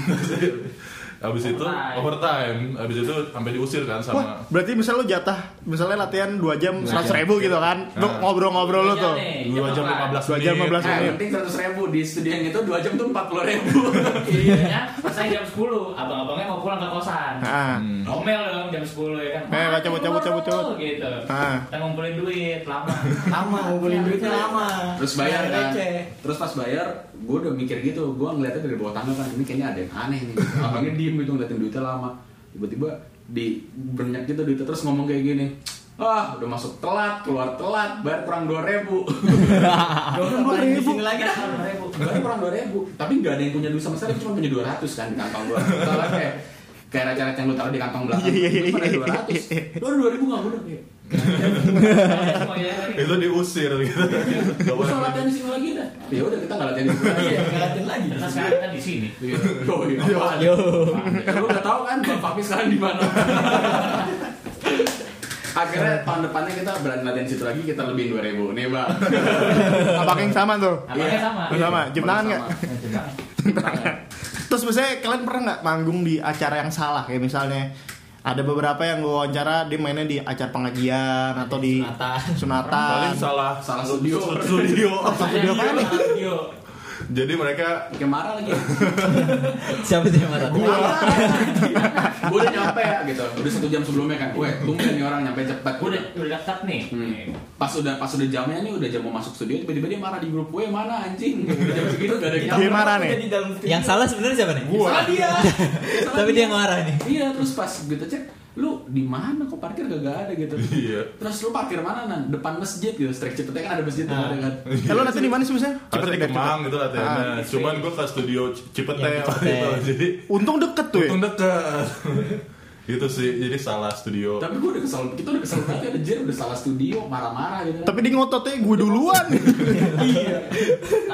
Speaker 5: abis itu
Speaker 9: Overtime.
Speaker 5: overtime, abis itu sampai diusir kan
Speaker 3: Wah,
Speaker 5: sama.
Speaker 3: berarti misal lu jatah, misalnya latihan 2 jam 100 ribu gitu kan. Lu
Speaker 5: Nah.
Speaker 3: ngobrol-ngobrol lu tuh.
Speaker 5: dua jam lima belas
Speaker 3: 2 jam 15
Speaker 6: Nah, yang
Speaker 3: menit.
Speaker 6: penting seratus ribu di studian itu dua jam tuh empat puluh ribu. [laughs]
Speaker 9: Iya, ya. Selesai jam 10, abang-abangnya mau pulang ke kosan.
Speaker 3: Heeh.
Speaker 6: Hmm.
Speaker 9: Omel dong jam 10 ya kan.
Speaker 3: Ah. Eh,
Speaker 9: Ah,
Speaker 3: cabut, cabut, cabut, cabut.
Speaker 9: Gitu.
Speaker 3: Ah.
Speaker 9: Kita ngumpulin duit
Speaker 6: [laughs]
Speaker 9: lama.
Speaker 8: lama
Speaker 10: Iya,
Speaker 8: ngumpulin duitnya lama
Speaker 6: Terus bayar
Speaker 8: Bayar
Speaker 6: kan.
Speaker 8: receh.
Speaker 6: Terus pas bayar, gue udah mikir gitu, gue ngeliatnya dari bawah tangga kan, ini kayaknya ada yang aneh
Speaker 3: [laughs]
Speaker 6: nih. Abangnya diem gitu ngeliatin duitnya lama. Tiba-tiba di banyak gitu duitnya terus ngomong kayak gini. Ah, udah masuk telat, keluar telat, bayar kurang dua ribu. [laughs]
Speaker 8: Balik di sini lagi dah.
Speaker 6: Bayar kurang dua ribu. Tapi nggak ada yang punya duit sama sekali, cuma punya dua ratus kan di kantong gue. Soalnya kayak kayak rakyat yang lu taruh di kantong belakang,
Speaker 3: Iya, iya,
Speaker 6: lu pada
Speaker 3: iya,
Speaker 6: dua ratus, lu dua ribu nggak udah. kayak,
Speaker 9: Semuanya lagi.
Speaker 5: Itu diusir gitu. Gak
Speaker 6: Lu
Speaker 5: boleh
Speaker 6: usah latihan
Speaker 5: main.
Speaker 6: di sini lagi dah. Ya udah kita nggak latihan di sini lagi.
Speaker 8: Ngeliatin lagi
Speaker 9: Terus sekarang kan di sini.
Speaker 6: Iya. [laughs] Oh, iya. apaan? Lu udah tahu kan Bang Papi sekarang di mana? Akhirnya tahun depannya kita berani latihan situ lagi kita lebihin 2000 nih Iya. bang.
Speaker 3: Abang yang sama tuh.
Speaker 9: Apanya sama?
Speaker 3: Sama, jam tangan nggak?
Speaker 6: Sama.
Speaker 3: Terus misalnya kalian pernah nggak manggung di acara yang salah kayak misalnya ada beberapa yang gue wawancara dia mainnya di acara pengajian atau di
Speaker 10: Sunatan.
Speaker 3: sunatan.
Speaker 5: Paling salah
Speaker 6: Ah, Salah studio.
Speaker 5: studio.
Speaker 3: Studio apa nih?
Speaker 9: Video.
Speaker 5: Jadi mereka
Speaker 6: Kayak marah lagi.
Speaker 10: Siapa sih yang marah?
Speaker 6: Gue udah nyampe ya gitu. Udah satu jam sebelumnya kan. Weh, tumben nih orang nyampe cepet.
Speaker 9: Gue udah udah daftar nih.
Speaker 6: Hmm. Pas udah pas udah jamnya nih udah jam mau masuk studio tiba-tiba dia marah di grup gue mana anjing. Udah jam segitu gak ada yang tahu.
Speaker 3: Dia marah nih.
Speaker 10: Yang salah sebenarnya siapa nih?
Speaker 6: Salah dia.
Speaker 10: Tapi dia marah nih.
Speaker 6: Iya, terus pas gitu cek, lu di mana kok parkir gak, gak ada gitu.
Speaker 5: Iya.
Speaker 6: Terus lu parkir mana nan? Depan masjid gitu. Strek Cipete kan ada masjid tuh,
Speaker 10: Ah.
Speaker 3: Nah. [laughs]
Speaker 6: ada kan.
Speaker 3: Kalau nanti di mana sih misalnya?
Speaker 5: harusnya di
Speaker 3: Cipete,
Speaker 5: Kemang gitu latihannya.
Speaker 3: Ah.
Speaker 5: Cuman gue ke studio C- Cipete
Speaker 10: Yang
Speaker 5: waktu
Speaker 10: Cipete.
Speaker 5: itu. Jadi
Speaker 3: Untung deket tuh. ya.
Speaker 5: untung dekat. Iya. gitu sih. Jadi salah studio.
Speaker 6: Tapi gua udah kesel, kita udah kesel banget ada Jer udah salah studio, marah-marah gitu. kan.
Speaker 3: Tapi di ngototnya gue
Speaker 5: [laughs]
Speaker 3: duluan.
Speaker 10: Iya.
Speaker 8: Iya.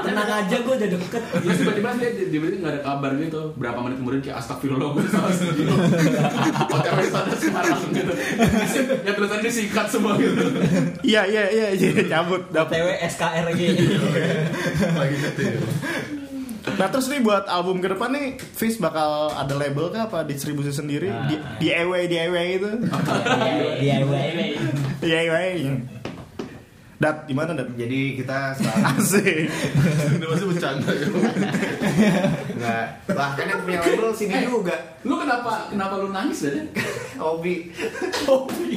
Speaker 8: tenang aja gue udah deket
Speaker 6: Terus tiba-tiba dia tiba-tiba nggak ada kabar gitu. Berapa menit kemudian kayak astagfirullah gue salah studio.
Speaker 3: [laughs]
Speaker 6: Hotel sana sekarang gitu. Ya tulisannya singkat semua gitu.
Speaker 3: Iya iya iya iya cabut. Dapet.
Speaker 10: TW SKR lagi.
Speaker 8: Iya,
Speaker 5: lagi nyetir.
Speaker 3: Nah terus nih buat album ke depan nih Fish bakal ada label kah apa distribusi sendiri
Speaker 5: Nah.
Speaker 3: di DIY DIY itu.
Speaker 5: [laughs]
Speaker 8: iya,
Speaker 10: DIY.
Speaker 3: DIY. Dat di mana Dat?
Speaker 7: Jadi kita sekarang
Speaker 3: [laughs] Asik.
Speaker 5: Ini masih bercanda ya.
Speaker 7: nggak lah kan yang punya label sini
Speaker 10: Eh.
Speaker 7: juga
Speaker 6: Lu kenapa kenapa lu nangis aja?
Speaker 7: hobi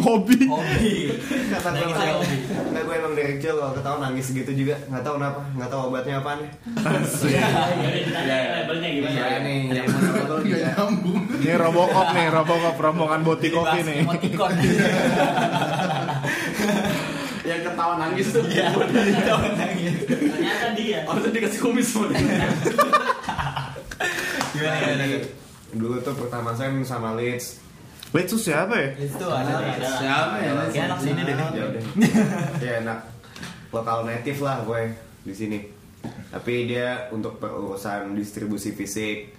Speaker 3: Hobi.
Speaker 7: kata gue
Speaker 10: Nangis ya,
Speaker 7: emang
Speaker 10: hobi.
Speaker 7: nggak gue emang dari kecil kalau ketahuan nangis gitu juga nggak tahu kenapa nggak tahu obatnya apaan
Speaker 6: Iya.
Speaker 9: Ya udah ditanya labelnya gimana.
Speaker 7: iya nih yang mana betul juga
Speaker 3: Ini Robocop nih, Robocop rombongan boti kopi nih.
Speaker 10: Emoticon.
Speaker 6: [laughs] Yang ketawa nangis tuh.
Speaker 10: Iya,
Speaker 9: Ternyata dia.
Speaker 6: Harusnya dikasih kumis semua.
Speaker 7: Iya,
Speaker 10: Gimana gimana?
Speaker 7: dulu tuh pertama saya sama Leeds
Speaker 3: Wait, sus siapa ya?
Speaker 10: Itu ada.
Speaker 7: siapa ya
Speaker 10: Kayak anak sini deh.
Speaker 7: ya [laughs] udah ya enak lokal native lah gue di sini tapi dia untuk perurusan distribusi fisik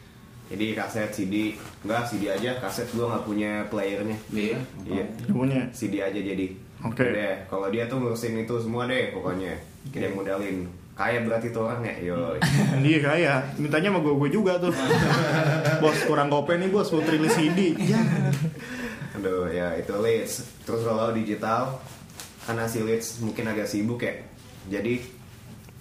Speaker 7: jadi kaset CD enggak CD aja kaset gue nggak punya playernya
Speaker 6: Iya.
Speaker 7: iya
Speaker 3: Punya.
Speaker 7: CD aja jadi
Speaker 3: Oke.
Speaker 7: Udah, kalau dia tuh ngurusin itu semua deh pokoknya dia modalin kaya berarti tuh orang ya yo
Speaker 3: [laughs] Dia kaya. Iya, Mintanya sama gue gue juga tuh. bos kurang gope nih bos, mau rilis CD. Ya.
Speaker 7: [laughs]
Speaker 3: Hmm.
Speaker 7: aduh ya itu leads terus kalau digital karena si leads mungkin agak sibuk ya jadi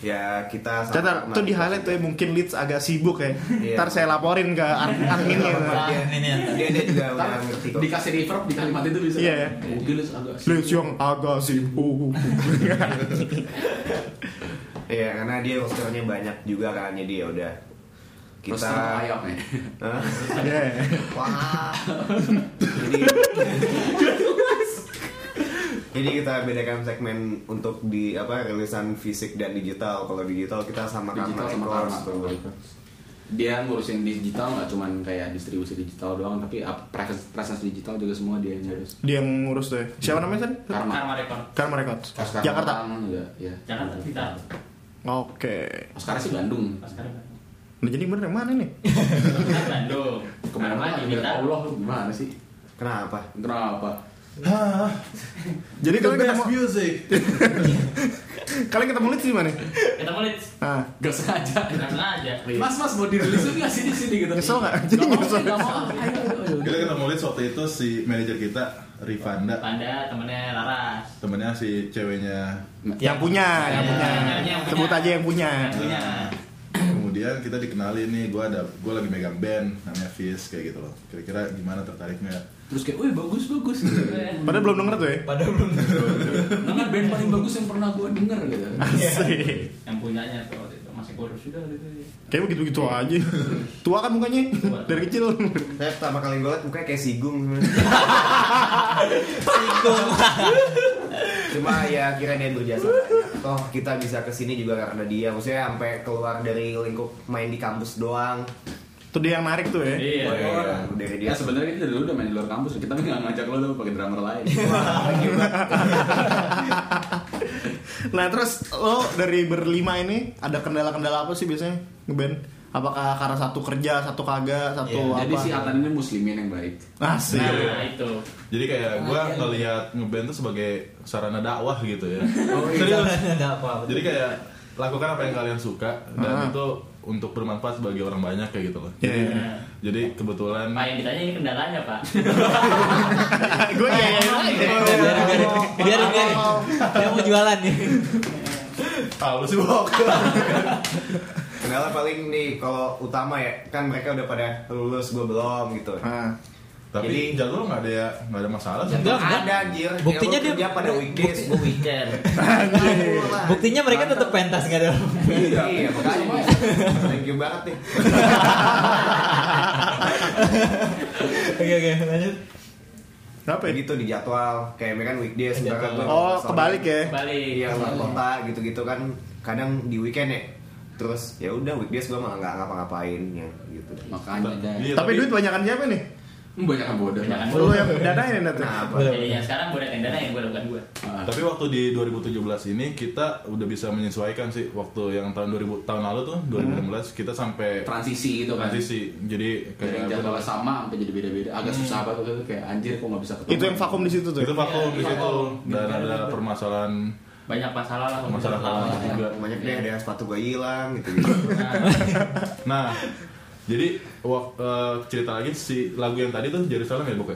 Speaker 7: ya kita sama- gitu.
Speaker 3: Catat, tuh di highlight tuh ya, mungkin Leeds agak sibuk ya.
Speaker 7: Iya.
Speaker 3: Ntar saya laporin ke gitu. ad- adminnya.
Speaker 8: Iya.
Speaker 7: dia,
Speaker 10: Ini ya.
Speaker 7: dia, dia
Speaker 3: [laughs]
Speaker 7: juga udah
Speaker 6: Ntar
Speaker 7: iya, ngerti kok
Speaker 6: dikasih reverb di kalimat itu bisa.
Speaker 3: Iya, ya.
Speaker 6: Mungkin lu agak
Speaker 3: Leeds yang agak sibuk.
Speaker 7: Iya, karena dia rosternya banyak juga kan, jadi ya udah kita
Speaker 6: Roster ayam ya.
Speaker 7: Hah?
Speaker 3: [laughs] Iya.
Speaker 7: Wah. jadi jadi kita bedakan segmen untuk di apa rilisan fisik dan digital. Kalau digital kita sama gitu. karena
Speaker 6: digital sama
Speaker 7: records
Speaker 6: karma
Speaker 7: tuh.
Speaker 6: dia ngurusin digital nggak cuman kayak distribusi digital doang tapi up- presence, presence digital juga semua dia yang ngurus
Speaker 3: Dia yang ngurus deh. Siapa namanya tadi?
Speaker 6: karma
Speaker 9: Karma rekor.
Speaker 3: Karma Records.
Speaker 6: Oscar
Speaker 3: Jakarta.
Speaker 6: Malang juga ya
Speaker 9: Jangan kita.
Speaker 3: Oke.
Speaker 6: Oscar sih Bandung
Speaker 9: Pas sekarang.
Speaker 3: Nah, jadi bener yang mana nih? [laughs]
Speaker 9: Kita Bandung.
Speaker 6: kemana
Speaker 9: Karma
Speaker 6: mana
Speaker 9: di
Speaker 6: ya
Speaker 9: kita.
Speaker 6: Allah lu gimana sih
Speaker 7: Kenapa?
Speaker 6: kenapa
Speaker 3: Jadi Iya.
Speaker 5: The
Speaker 3: kalian
Speaker 5: best
Speaker 3: ketemu
Speaker 5: music.
Speaker 3: kalian ketemu Leeds di mana?
Speaker 9: Kita mulit. [laughs]
Speaker 3: Ah,
Speaker 6: gak sengaja
Speaker 9: Kita sengaja.
Speaker 6: mas mas mau dirilis nggak sih di sini gitu
Speaker 3: nyesel nggak? [laughs] Jadi nyesel.
Speaker 6: nggak mau ayo, ayo, ayo.
Speaker 5: Kita ketemu Leeds waktu itu si manajer kita Rivanda
Speaker 9: Panda temennya Laras.
Speaker 5: temennya si ceweknya
Speaker 6: Ya.
Speaker 3: Yang punya, yang
Speaker 9: Iya,
Speaker 3: punya.
Speaker 9: nyarinya yang punya.
Speaker 3: Sebut aja yang punya.
Speaker 9: Punya.
Speaker 5: kemudian kita dikenalin nih gue ada gue lagi megang band namanya Fizz kayak gitu loh kira-kira gimana tertariknya
Speaker 6: terus kayak wih bagus bagus
Speaker 3: Padahal belum denger tuh ya.
Speaker 10: Padahal belum
Speaker 6: Dengan band paling bagus yang pernah gue denger gitu
Speaker 3: Iya. Asik.
Speaker 9: Yang punyanya tuh waktu itu. masih kurus juga gitu.
Speaker 3: Kayak begitu-gitu aja. Tua kan mukanya dari kecil.
Speaker 7: Saya pertama kali gue liat mukanya kayak sigung. Cuma ya kira dia berjasa. banyak. Toh kita bisa kesini juga karena dia. Maksudnya sampai keluar dari lingkup main di kampus doang.
Speaker 3: Tuh dia yang narik tuh ya.
Speaker 9: Iya.
Speaker 5: Oh,
Speaker 7: Dari dia.
Speaker 6: Ya sebenarnya kita dulu udah main di luar kampus, kita nggak ngajak lo tuh pakai drummer lain.
Speaker 3: Nah terus lo dari berlima ini ada kendala-kendala apa sih biasanya ngeband? Apakah karena satu kerja, satu kagak, satu apa?
Speaker 6: Iya, Jadi si Atan ini muslimin yang baik.
Speaker 3: Asik.
Speaker 5: Iya.
Speaker 9: Nah, itu.
Speaker 5: jadi kayak
Speaker 3: Ah, iya,
Speaker 5: gue ngelihat ngeband tuh sebagai sarana dakwah gitu
Speaker 3: [laughs]
Speaker 5: ya
Speaker 10: Oh, iya.
Speaker 5: serius
Speaker 10: ada apa
Speaker 5: jadi kayak lakukan apa yang kalian suka dan
Speaker 3: Ah.
Speaker 5: itu untuk bermanfaat bagi orang banyak kayak gitu loh
Speaker 3: Iya,
Speaker 5: jadi,
Speaker 3: iya.
Speaker 9: Nah,
Speaker 5: jadi kebetulan
Speaker 9: Pak yang ditanya ini kendalanya Pak.
Speaker 3: Gue ya.
Speaker 10: biarin biarin biarin biarin dia mau jualan nih
Speaker 5: tahu Ah, sih Bok.
Speaker 7: Kendala paling nih kalau utama ya kan mereka udah pada lulus gue belum gitu.
Speaker 3: Nah.
Speaker 5: tapi
Speaker 7: Jadi-
Speaker 5: jadwal nggak ada ya nggak ada masalah sih
Speaker 10: Enggak, enggak.
Speaker 7: Ada anjir. Ya,
Speaker 10: Buktinya
Speaker 7: lu
Speaker 10: dia-
Speaker 7: kerja pada weekdays, gue weekend.
Speaker 10: [laughs] buktinya mereka tetap pentas nggak ada
Speaker 7: Iya, makanya. Thank you banget nih.
Speaker 10: oke oke lanjut
Speaker 3: Kenapa ya?
Speaker 7: Kayak gitu di jadwal kayak mereka kan weekdays sekarang gua
Speaker 3: Oh
Speaker 7: sore.
Speaker 3: kebalik ya.
Speaker 9: Balik.
Speaker 7: iya luar kota gitu-gitu kan kadang di weekend ya terus ya udah weekdays gua malah nggak ngapa-ngapain ya gitu
Speaker 6: Makanya ada.
Speaker 5: Iya,
Speaker 3: Tapi duit banyakan siapa nih?
Speaker 6: Banyak yang bodoh.
Speaker 9: Banyakan.
Speaker 3: Lo yang danain ya tuh.
Speaker 7: kenapa
Speaker 10: Boleh,
Speaker 9: Jadi
Speaker 10: boleh.
Speaker 9: yang sekarang gue ada kendala yang gue bukan gue.
Speaker 6: Ah.
Speaker 5: Tapi waktu di 2017 ini kita udah bisa menyesuaikan sih waktu yang tahun 2000 tahun lalu tuh 2016 kita sampai
Speaker 6: Transisi gitu Hmm. kan.
Speaker 5: transisi. Jadi
Speaker 6: Dari
Speaker 5: kayak gitu.
Speaker 6: jadwal sama sampai jadi beda-beda. Agak susah banget waktu itu kayak anjir kok nggak bisa ketemu.
Speaker 3: Hmm. Itu yang vakum di situ tuh.
Speaker 5: itu vakum
Speaker 9: Iya,
Speaker 5: di
Speaker 9: iya,
Speaker 5: situ
Speaker 9: vakum.
Speaker 5: dan ada permasalahan
Speaker 9: Banyak masalah lah.
Speaker 5: masalah kalangan juga.
Speaker 7: banyak deh ada yang sepatu gua hilang gitu
Speaker 3: [laughs]
Speaker 7: gitu
Speaker 5: Nah, jadi wak- eh, cerita lagi si lagu yang tadi tuh Jerusalem ya bukan?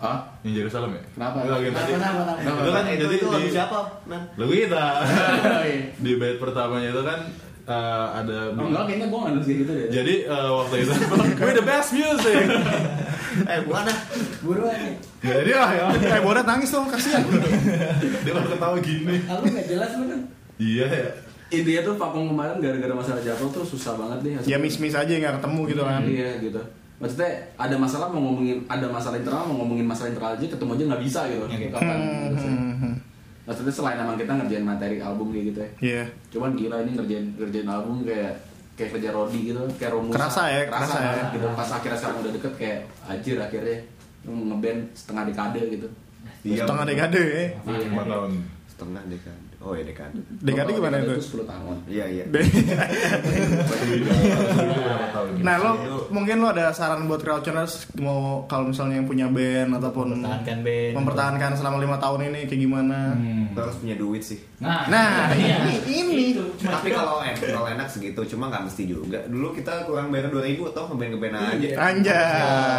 Speaker 6: Hah?
Speaker 5: Yang Jerusalem ya?
Speaker 6: Kenapa?
Speaker 5: Lagu yang tadi.
Speaker 6: Kenapa?
Speaker 5: Itu kan jadi di
Speaker 7: Nan?
Speaker 5: lagu
Speaker 6: [laughs]
Speaker 5: kita. di bait pertamanya itu kan eh, ada
Speaker 6: iya. Oh, Enggak, kayaknya gue nggak nulis kayak gitu deh.
Speaker 3: Ya.
Speaker 5: Jadi eh, waktu itu [laughs] We the best music.
Speaker 7: eh bukan ah
Speaker 10: buruan nih
Speaker 5: Jadi lah ya.
Speaker 3: Eh bodat nangis dong kasihan.
Speaker 5: Dia baru ketawa gini.
Speaker 10: kalau nggak jelas kan? bener
Speaker 5: Iya ya.
Speaker 6: Intinya tuh vakum kemarin gara-gara masalah jadwal tuh susah banget deh.
Speaker 3: ya miss miss aja nggak ketemu gitu kan.
Speaker 6: Iya gitu. Maksudnya ada masalah mau ngomongin ada masalah internal mau ngomongin masalah internal aja ketemu aja nggak bisa gitu. Kapan? gitu sih.
Speaker 3: Ya, Hmm,
Speaker 6: Maksudnya selain emang kita ngerjain materi album kayak gitu ya.
Speaker 3: Iya.
Speaker 6: Cuman gila ini ngerjain ngerjain album kayak kayak kerja Rodi gitu, kayak Romusa.
Speaker 3: Kerasa ya, kerasa ya.
Speaker 6: banget Gitu. Pas akhirnya sekarang udah deket kayak anjir akhirnya ngeband setengah dekade gitu.
Speaker 7: Diam.
Speaker 3: Setengah dekade ya.
Speaker 5: Lima tahun.
Speaker 7: setengah dekade oh ya dekade
Speaker 3: Dekade
Speaker 6: Total
Speaker 3: gimana itu? [laughs]
Speaker 6: 10 tahun.
Speaker 7: iya iya
Speaker 5: Itu berapa Iya, tahun?
Speaker 3: Nah lo mungkin lo ada saran buat crowdtuners mau kalau misalnya yang punya band ataupun
Speaker 10: Mempertahankan
Speaker 6: gitu.
Speaker 10: band.
Speaker 3: mempertahankan selama lima tahun ini kayak gimana?
Speaker 6: Hmm.
Speaker 7: terus punya duit sih
Speaker 9: Nah,
Speaker 3: Nah,
Speaker 9: iya.
Speaker 3: ini.
Speaker 9: Itu. Cuma
Speaker 7: tapi kalau en- kalau enak segitu cuma nggak mesti juga dulu kita kurang bayar 2000 ribu atau ngeband ngeband
Speaker 6: Iya.
Speaker 7: aja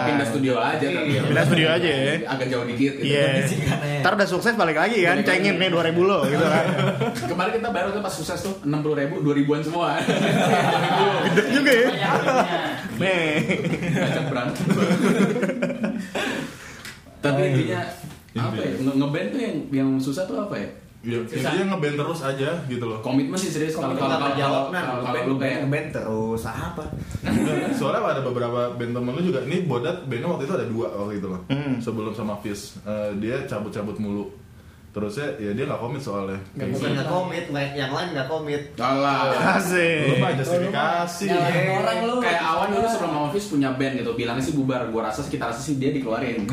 Speaker 6: Pindah
Speaker 3: Anjay.
Speaker 6: studio aja tapi.
Speaker 3: Iya. Pindah studio aja ya.
Speaker 6: Agak jauh dikit gitu.
Speaker 3: Iya. Ntar udah sukses balik lagi kan,
Speaker 6: Balik
Speaker 3: cengin
Speaker 6: lagi.
Speaker 3: nih 2000 lo gitu kan.
Speaker 6: Kemarin kita baru tuh pas sukses tuh 60 ribu, 2000-an semua.
Speaker 3: Gede juga ya.
Speaker 9: banyak duitnya.
Speaker 3: Nih.
Speaker 6: Ngajak berantem. Tapi intinya apa ya? Nge- Ngeband tuh yang yang susah tuh apa ya?
Speaker 5: Ya, intinya ngeband terus aja gitu loh.
Speaker 6: Komitmen sih serius kalau kalau kalau kalau- kalau- kalau lu kayak
Speaker 7: band terus apa?
Speaker 5: Enggak, Soalnya ada beberapa band temen lu juga. Ini Bodat bandnya waktu itu ada dua waktu itu loh. Sebelum sama Fis, Eh, dia cabut-cabut mulu. Terusnya ya dia nggak komit soalnya. Kayak
Speaker 7: Bukan nggak komit, nggak- yang lain nggak komit.
Speaker 6: Alah.
Speaker 5: Belum
Speaker 3: Asik.
Speaker 5: ada justifikasi.
Speaker 8: Nyalain orang lu.
Speaker 6: Kayak awan dulu sebelum sama Fis punya band gitu, bilangnya sih bubar. Gua rasa sih kita rasa sih dia dikeluarin.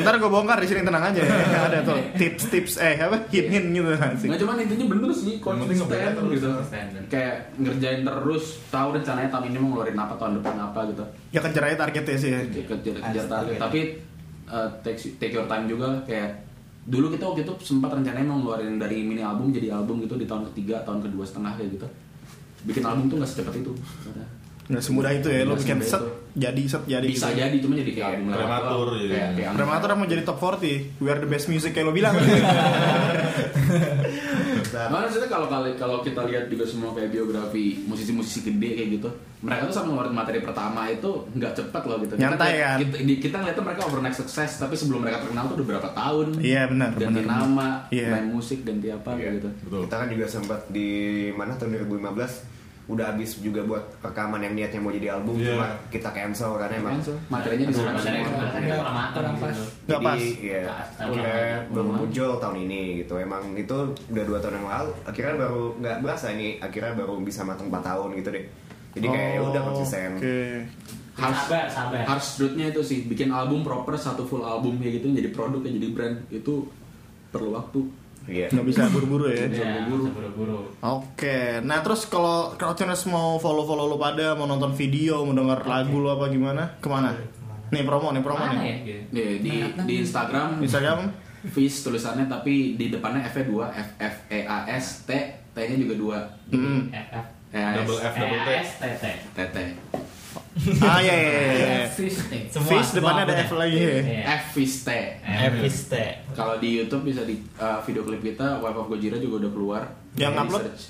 Speaker 3: Ntar gue bongkar di sini tenang aja ya. Nggak ada tuh tips-tips eh apa hint hint gitu asik.
Speaker 6: Nggak cuman intinya bener sih
Speaker 5: penting
Speaker 6: konsisten
Speaker 5: ngeband terus,
Speaker 6: gitu.
Speaker 4: konsisten.
Speaker 6: Kayak ngerjain terus, tahu rencananya tahun ini mau ngeluarin apa, tahun depan apa gitu.
Speaker 3: Ya kejar aja targetnya sih. ya.
Speaker 6: Kejar kejar target. Tapi uh, take, take your time juga kayak dulu kita waktu itu sempat rencananya mau ngeluarin dari mini album jadi album gitu di tahun ketiga, tahun kedua setengah kayak gitu. Bikin album tuh nggak secepat itu.
Speaker 3: Nggak semudah itu ya. Lo
Speaker 6: Nggak
Speaker 3: bikin
Speaker 6: semudah
Speaker 3: set
Speaker 6: itu.
Speaker 3: jadi set jadi.
Speaker 6: Bisa
Speaker 3: gitu.
Speaker 6: jadi cuma jadi kayak album lewat
Speaker 5: prematur
Speaker 6: doang.
Speaker 5: jadi.
Speaker 6: Kayak- kayak
Speaker 3: Prematur mau jadi top 40 We are the best music kayak lo
Speaker 7: [laughs]
Speaker 3: bilang
Speaker 6: Nah, maksudnya kalau kali kalau kita lihat juga semua kayak biografi musisi-musisi gede kayak gitu, mereka tuh sampai ngeluarin materi pertama itu nggak cepet loh gitu. Kita
Speaker 3: Nyantai,
Speaker 6: lihat-
Speaker 3: kan?
Speaker 6: Kita, di- kita ngeliatnya mereka overnight sukses, tapi sebelum mereka terkenal tuh udah berapa tahun.
Speaker 3: Iya, benar,
Speaker 6: Ganti
Speaker 3: benar,
Speaker 6: nama,
Speaker 3: benar. Iya.
Speaker 6: main musik, ganti apa
Speaker 7: Iya.
Speaker 6: gitu.
Speaker 5: Betul.
Speaker 7: Kita kan juga sempat di mana tahun 2015 udah habis juga buat rekaman yang niatnya mau jadi album
Speaker 5: Iya.
Speaker 7: cuma kita cancel karena emang
Speaker 6: Kan, so, Materinya di sana
Speaker 9: Maksudnya kemarin kurang matang gitu.
Speaker 3: Nggak pas.
Speaker 7: Iya.
Speaker 9: Nggak pas.
Speaker 7: Akhirnya
Speaker 6: Belum
Speaker 7: baru
Speaker 6: lama.
Speaker 7: muncul tahun ini gitu. Emang itu udah dua tahun yang lalu. Akhirnya baru nggak berasa ini. Akhirnya baru bisa matang 4 tahun gitu deh. Jadi kayak ya udah konsisten.
Speaker 3: Oh, Oke
Speaker 6: Harus
Speaker 9: Sabar, sabar.
Speaker 6: harus rootnya itu sih bikin album proper satu full album kayak gitu jadi produk kayak jadi brand itu perlu waktu.
Speaker 7: Iya.
Speaker 3: Nggak bisa buru-buru ya
Speaker 9: Ya,
Speaker 6: buru-buru.
Speaker 9: buru-buru.
Speaker 3: Oke, nah terus kalau crowdtuners mau follow-follow lo pada, mau nonton video, mau denger lagu lo apa gimana, kemana? Nih promo, nih promo
Speaker 9: Mana ya?
Speaker 3: nih.
Speaker 6: Nih, di di Instagram
Speaker 3: Instagram,
Speaker 6: Fis tulisannya tapi di depannya F-nya 2 F F E A S T T-nya juga E, 2
Speaker 3: hmm.
Speaker 9: FF.
Speaker 5: Double F double T.
Speaker 9: E EASTT.
Speaker 6: T-T
Speaker 3: ah ya ya
Speaker 9: [laughs]
Speaker 3: ya, ya.
Speaker 10: Semua-
Speaker 3: Fish
Speaker 10: semua
Speaker 3: depannya ada
Speaker 10: apa
Speaker 3: F
Speaker 10: deh?
Speaker 3: lagi ya.
Speaker 9: Iya.
Speaker 6: F Fis T
Speaker 10: Eh, Eviste.
Speaker 6: Kalau di YouTube bisa di uh, video klip kita Wife of Gojira juga udah keluar
Speaker 3: Yang
Speaker 6: Jadi
Speaker 3: upload?
Speaker 6: search.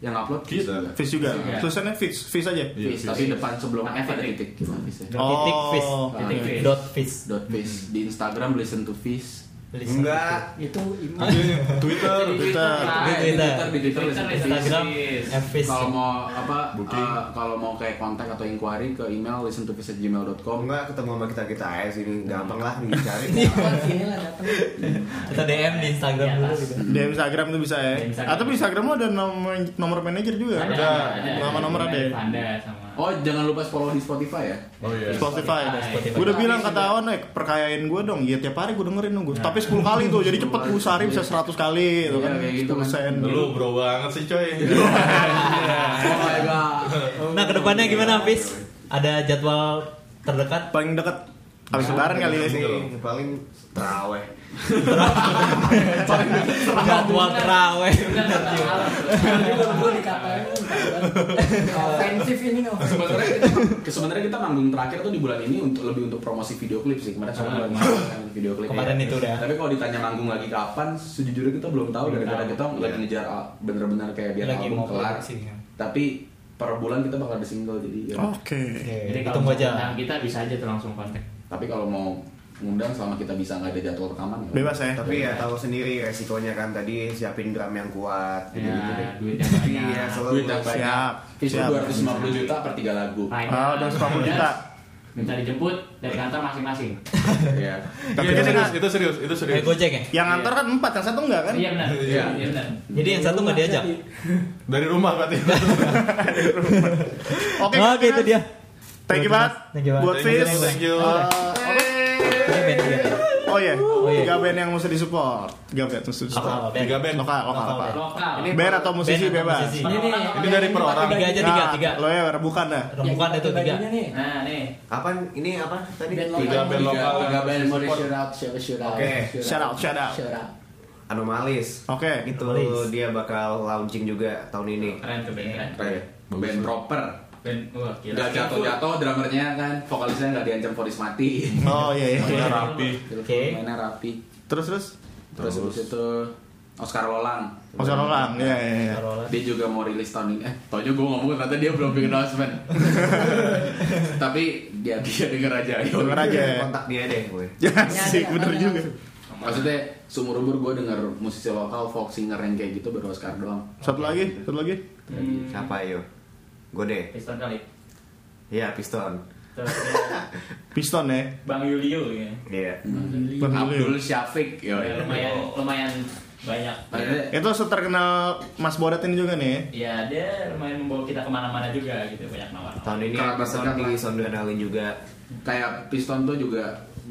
Speaker 6: Yang upload Fis
Speaker 5: Kita.
Speaker 3: Fish juga,
Speaker 9: Fish juga.
Speaker 3: tulisannya fish, fish aja.
Speaker 5: Iya,
Speaker 6: Fis,
Speaker 5: Fis.
Speaker 6: tapi depan sebelum F ada titik Fis ya.
Speaker 10: Titik
Speaker 3: Oh,
Speaker 10: fish.
Speaker 3: oke.
Speaker 10: Titik
Speaker 9: Fish.
Speaker 10: Dot fish.
Speaker 6: Dot Fis Di Instagram listen to Fis
Speaker 10: Listen
Speaker 7: Enggak.
Speaker 8: Itu iman.
Speaker 7: Iya,
Speaker 5: Twitter.
Speaker 3: Twitter.
Speaker 10: Di
Speaker 6: Di
Speaker 10: Twitter.
Speaker 6: Twitter Di Twitter listen to Fis
Speaker 10: Instagram [laughs] Eviste.
Speaker 6: Kalau mau apa
Speaker 5: Booking.
Speaker 6: uh, kalau mau kayak kontak atau inquiry ke email listen to
Speaker 7: Kalau
Speaker 6: gmail.com
Speaker 7: nggak ketemu sama kita kita aja sini gampang lah
Speaker 3: [laughs]
Speaker 7: dicari.
Speaker 3: Iya,
Speaker 8: Sini lah datang.
Speaker 10: Kita DM di Instagram
Speaker 9: Di
Speaker 10: dulu
Speaker 9: atas.
Speaker 10: gitu.
Speaker 3: Di Instagram tuh bisa ya.
Speaker 9: Di Instagram.
Speaker 3: Atau di Instagram lo ada nomor nomor manajer juga. Nama-nomor ada. ya?
Speaker 9: Anda sama.
Speaker 6: Oh jangan lupa follow di Spotify ya
Speaker 5: Oh iya.
Speaker 3: Spotify.
Speaker 9: Spotify.
Speaker 3: Gue udah bilang kata Awan, "Eh, perkayain gue dong. Ya tiap hari gue dengerin dong. gua. Tapi 10 kali tuh. Jadi cepet gue sehari bisa 100 kali gitu
Speaker 6: Iya,
Speaker 3: kan.
Speaker 6: kayak gitu kan.
Speaker 3: 10%.
Speaker 5: Lu bro banget sih coy.
Speaker 6: Oh my god.
Speaker 10: Nah, kedepannya gimana, Fis? Ada jadwal terdekat?
Speaker 3: Paling deket habis lebaran kali ya.
Speaker 5: Iya.
Speaker 7: Paling- Paling teraweh.
Speaker 10: jadwal terawih.
Speaker 8: Gue dikatain. Ofensif ini no.
Speaker 6: Sebenarnya kita, sebenarnya kita manggung terakhir tuh di bulan ini untuk lebih untuk promosi video klip sih. Kemarin sama bulan kan, video klip.
Speaker 10: Ah. Kemarin itu udah.
Speaker 6: Tapi kalau ditanya manggung lagi kapan, sejujurnya kita belum tahu gara-gara kita lagi ngejar al- bener-bener kayak biar
Speaker 10: Iya. Lagi
Speaker 6: album
Speaker 10: mau
Speaker 6: kelar.
Speaker 10: produksi, ya.
Speaker 6: Tapi per bulan kita bakal ada single jadi. ya.
Speaker 10: Oh.
Speaker 3: Oke.
Speaker 9: Jadi
Speaker 10: Jadi
Speaker 9: kalau
Speaker 10: tunggu
Speaker 9: misalkan
Speaker 10: aja.
Speaker 9: kita bisa aja tuh langsung kontak.
Speaker 6: Tapi kalau mau ngundang selama kita bisa nggak ada jadwal rekaman ya.
Speaker 3: Bebas ya.
Speaker 7: Tapi ya tahu sendiri resikonya kan tadi siapin drum yang kuat
Speaker 9: Ya,
Speaker 7: gitu-gitu deh.
Speaker 9: duit yang banyak. Nah,
Speaker 7: Iya, selalu
Speaker 6: Duit yang banyak.
Speaker 3: Siap,
Speaker 6: Itu
Speaker 3: siap.
Speaker 6: 250 juta per tiga lagu.
Speaker 9: Final.
Speaker 3: Ah, udah 140 juta.
Speaker 5: Iya,
Speaker 9: Minta dijemput dari kantor masing-masing.
Speaker 6: Iya.
Speaker 5: Tapi
Speaker 3: Tapi kan
Speaker 5: itu serius, gitu.
Speaker 3: yang-
Speaker 5: itu serius, itu serius.
Speaker 10: Kayak Gojek ya?
Speaker 3: yang antar kan 4, yang satu enggak kan?
Speaker 9: Iya benar.
Speaker 6: Iya.
Speaker 9: Iya benar.
Speaker 10: Jadi yang satu nggak diajak.
Speaker 5: Dari rumah berarti.
Speaker 3: Oke.
Speaker 10: Oh,
Speaker 3: Kak Tina.
Speaker 10: gitu dia.
Speaker 3: Thank you banget.
Speaker 10: Thank you Iya, banget.
Speaker 3: Buat
Speaker 5: Thank you,
Speaker 3: Fis.
Speaker 5: thank you.
Speaker 6: Iya.
Speaker 3: Eh,
Speaker 10: Ini band juga.
Speaker 3: Oh iya,
Speaker 10: iya.
Speaker 3: tiga band yang mesti disupport. Tiga band mesti
Speaker 10: Apa,
Speaker 3: disupport.
Speaker 10: band?
Speaker 5: Tiga band.
Speaker 3: Lokal, lokal
Speaker 10: Lokal, ya.
Speaker 3: apa?
Speaker 10: band.
Speaker 9: Lokal.
Speaker 3: Band atau musisi
Speaker 10: Band atau
Speaker 3: bebas.
Speaker 10: musisi.
Speaker 9: Ini nih.
Speaker 5: Ini dari per orang.
Speaker 10: Tiga aja, tiga,
Speaker 3: Nah,
Speaker 10: tiga.
Speaker 3: Lo ya rebukan dah.
Speaker 10: Rembukan itu tiga.
Speaker 9: Nah, nih.
Speaker 7: Apa ini apa tadi?
Speaker 5: Tiga band lokal.
Speaker 6: Tiga band mau di
Speaker 5: Support.
Speaker 6: shout out, shout out, shout out.
Speaker 7: Oke.
Speaker 3: Shout out, shout out.
Speaker 6: Shout out.
Speaker 7: Anomalis.
Speaker 3: Oke.
Speaker 7: Itu
Speaker 10: Anomalis.
Speaker 7: dia bakal launching juga tahun ini.
Speaker 9: Keren tuh band keren.
Speaker 6: Keren. ya? Band proper.
Speaker 9: Band wah gila.
Speaker 6: Gak jatuh-jatuh drummernya kan, vokalisnya gak diancam vokalis mati.
Speaker 3: Oh iya iya.
Speaker 5: Udah rapi.
Speaker 10: Oke.
Speaker 6: Mainnya rapi.
Speaker 3: Terus terus.
Speaker 6: Terus habis itu Oscar Lolang.
Speaker 3: Mas orang, ya ya ya. [laughs]
Speaker 10: Taruhlah.
Speaker 6: Dia juga mau rilis tahun ini. Eh, taunya gue ngomong ternyata dia belum bikin announcement. Tapi ya dia dia denger aja. ayo.
Speaker 3: Denger aja.
Speaker 7: Kontak dia deh, gue.
Speaker 3: Ya sih, bener juga.
Speaker 6: Maksudnya seumur umur gue denger musisi lokal, folk singer yang kayak gitu baru Oscar doang.
Speaker 3: Satu lagi, satu lagi.
Speaker 7: Siapa yo? Gue deh.
Speaker 9: Piston kali.
Speaker 7: Iya, piston.
Speaker 9: Terus ada
Speaker 3: Piston ya.
Speaker 9: Bang Yulio ya.
Speaker 7: Iya.
Speaker 3: Bang Yulio.
Speaker 6: Abdul Syafiq,
Speaker 7: Oh,
Speaker 6: yo.
Speaker 9: Ya, lumayan lumayan banyak.
Speaker 6: Maksudnya
Speaker 3: Itu seterkenal Mas Bodat ini juga nih.
Speaker 9: Ya dia lumayan membawa kita kemana-mana juga gitu banyak nawar.
Speaker 7: Tahun ini
Speaker 6: Kerap
Speaker 7: piston
Speaker 6: banget
Speaker 7: di
Speaker 6: lah.
Speaker 7: Sondrenalin juga.
Speaker 6: kayak Piston tuh juga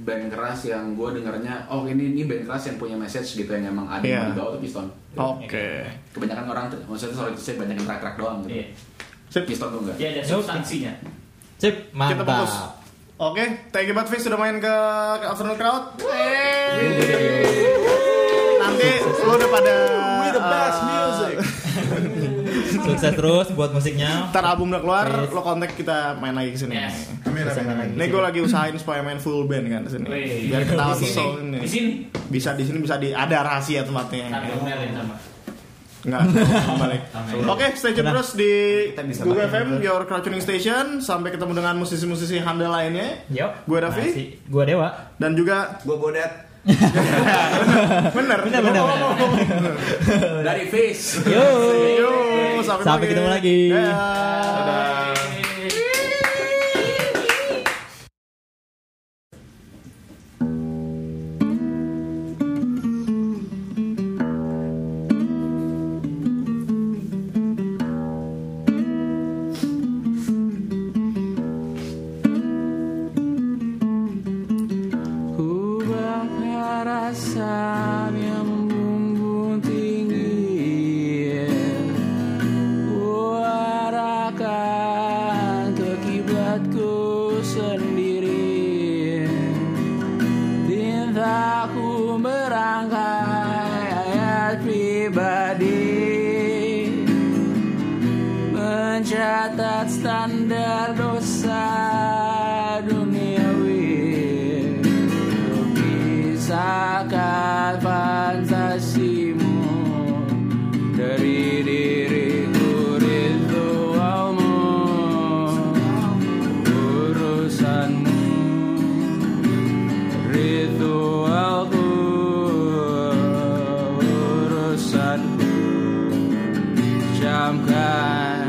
Speaker 6: band keras yang gue dengernya, oh ini ini band keras yang punya message gitu yang emang ada
Speaker 3: Iya.
Speaker 6: di bawah tuh Piston.
Speaker 3: Oke.
Speaker 6: Kebanyakan orang tuh, maksudnya sorry to say banyak yang track-track doang gitu.
Speaker 9: Iya.
Speaker 3: Sip.
Speaker 6: Piston tuh enggak.
Speaker 9: Dia ada substansinya.
Speaker 10: Sip,
Speaker 3: Kita fokus.
Speaker 10: mantap.
Speaker 3: Oke, thank you banget Fis sudah main ke ke Afternoon Crowd. Nanti lu udah pada
Speaker 5: We the best
Speaker 3: eh,
Speaker 5: music.
Speaker 10: Sukses terus buat musiknya.
Speaker 3: Ntar album udah keluar,
Speaker 10: Yes.
Speaker 3: lo kontak kita main lagi kesini.
Speaker 9: Yes.
Speaker 5: Amin, amin, amin.
Speaker 3: Ini gue lagi usahain supaya main full band kan kesini.
Speaker 9: Wih.
Speaker 3: Biar ketawa
Speaker 9: Di sini.
Speaker 3: sesel ini.
Speaker 9: Di sini.
Speaker 3: Bisa di sini bisa di ada rahasia tempatnya.
Speaker 9: Tapi kemarin sama.
Speaker 3: Enggak, balik. Oke, stay tune
Speaker 10: Nah.
Speaker 3: terus di
Speaker 7: Kita bisa
Speaker 3: Google
Speaker 7: pakai
Speaker 3: FM, Your Crowd Tuning Station. Sampai ketemu dengan musisi-musisi handal lainnya.
Speaker 10: Yuk.
Speaker 3: Gue Raffi
Speaker 10: Gue Dewa.
Speaker 3: dan juga
Speaker 7: Gue bodet.
Speaker 3: bener Oh.
Speaker 10: Bener, bener, bener.
Speaker 6: Dari Face.
Speaker 10: Yo.
Speaker 3: Yo, sampai,
Speaker 10: Sampai ketemu lagi.
Speaker 3: Dadah.
Speaker 6: Ku bakar asam yang membumbung tinggi Ku arahkan ke kiblatku sendiri Cintaku merangkai ayat pribadi mencatat standar dosa duniawi Pisahkan fantasimu dari diriku ritualmu urusanmu ritualku urusanku jamkan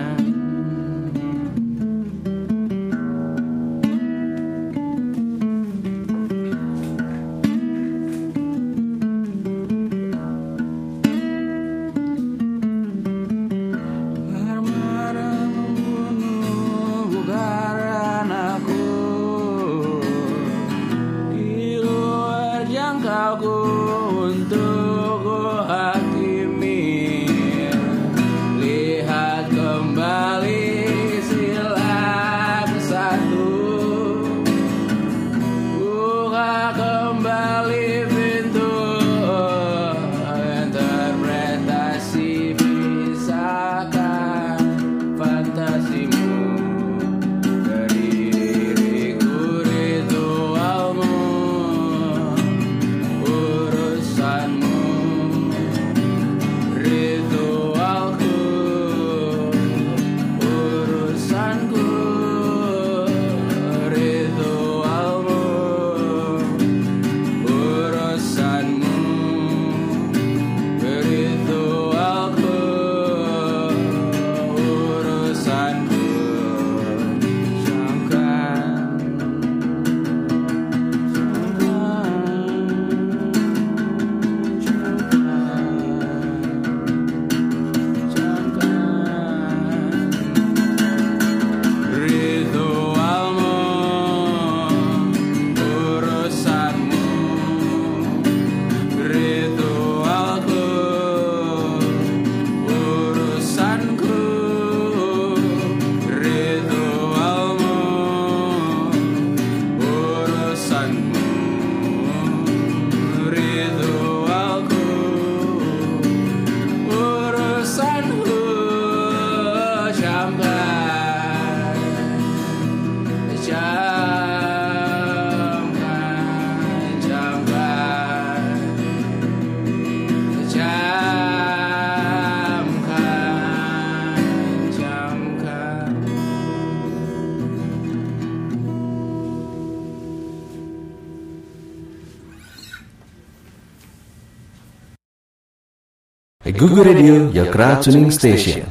Speaker 7: Google Radio, your crowd tuning station.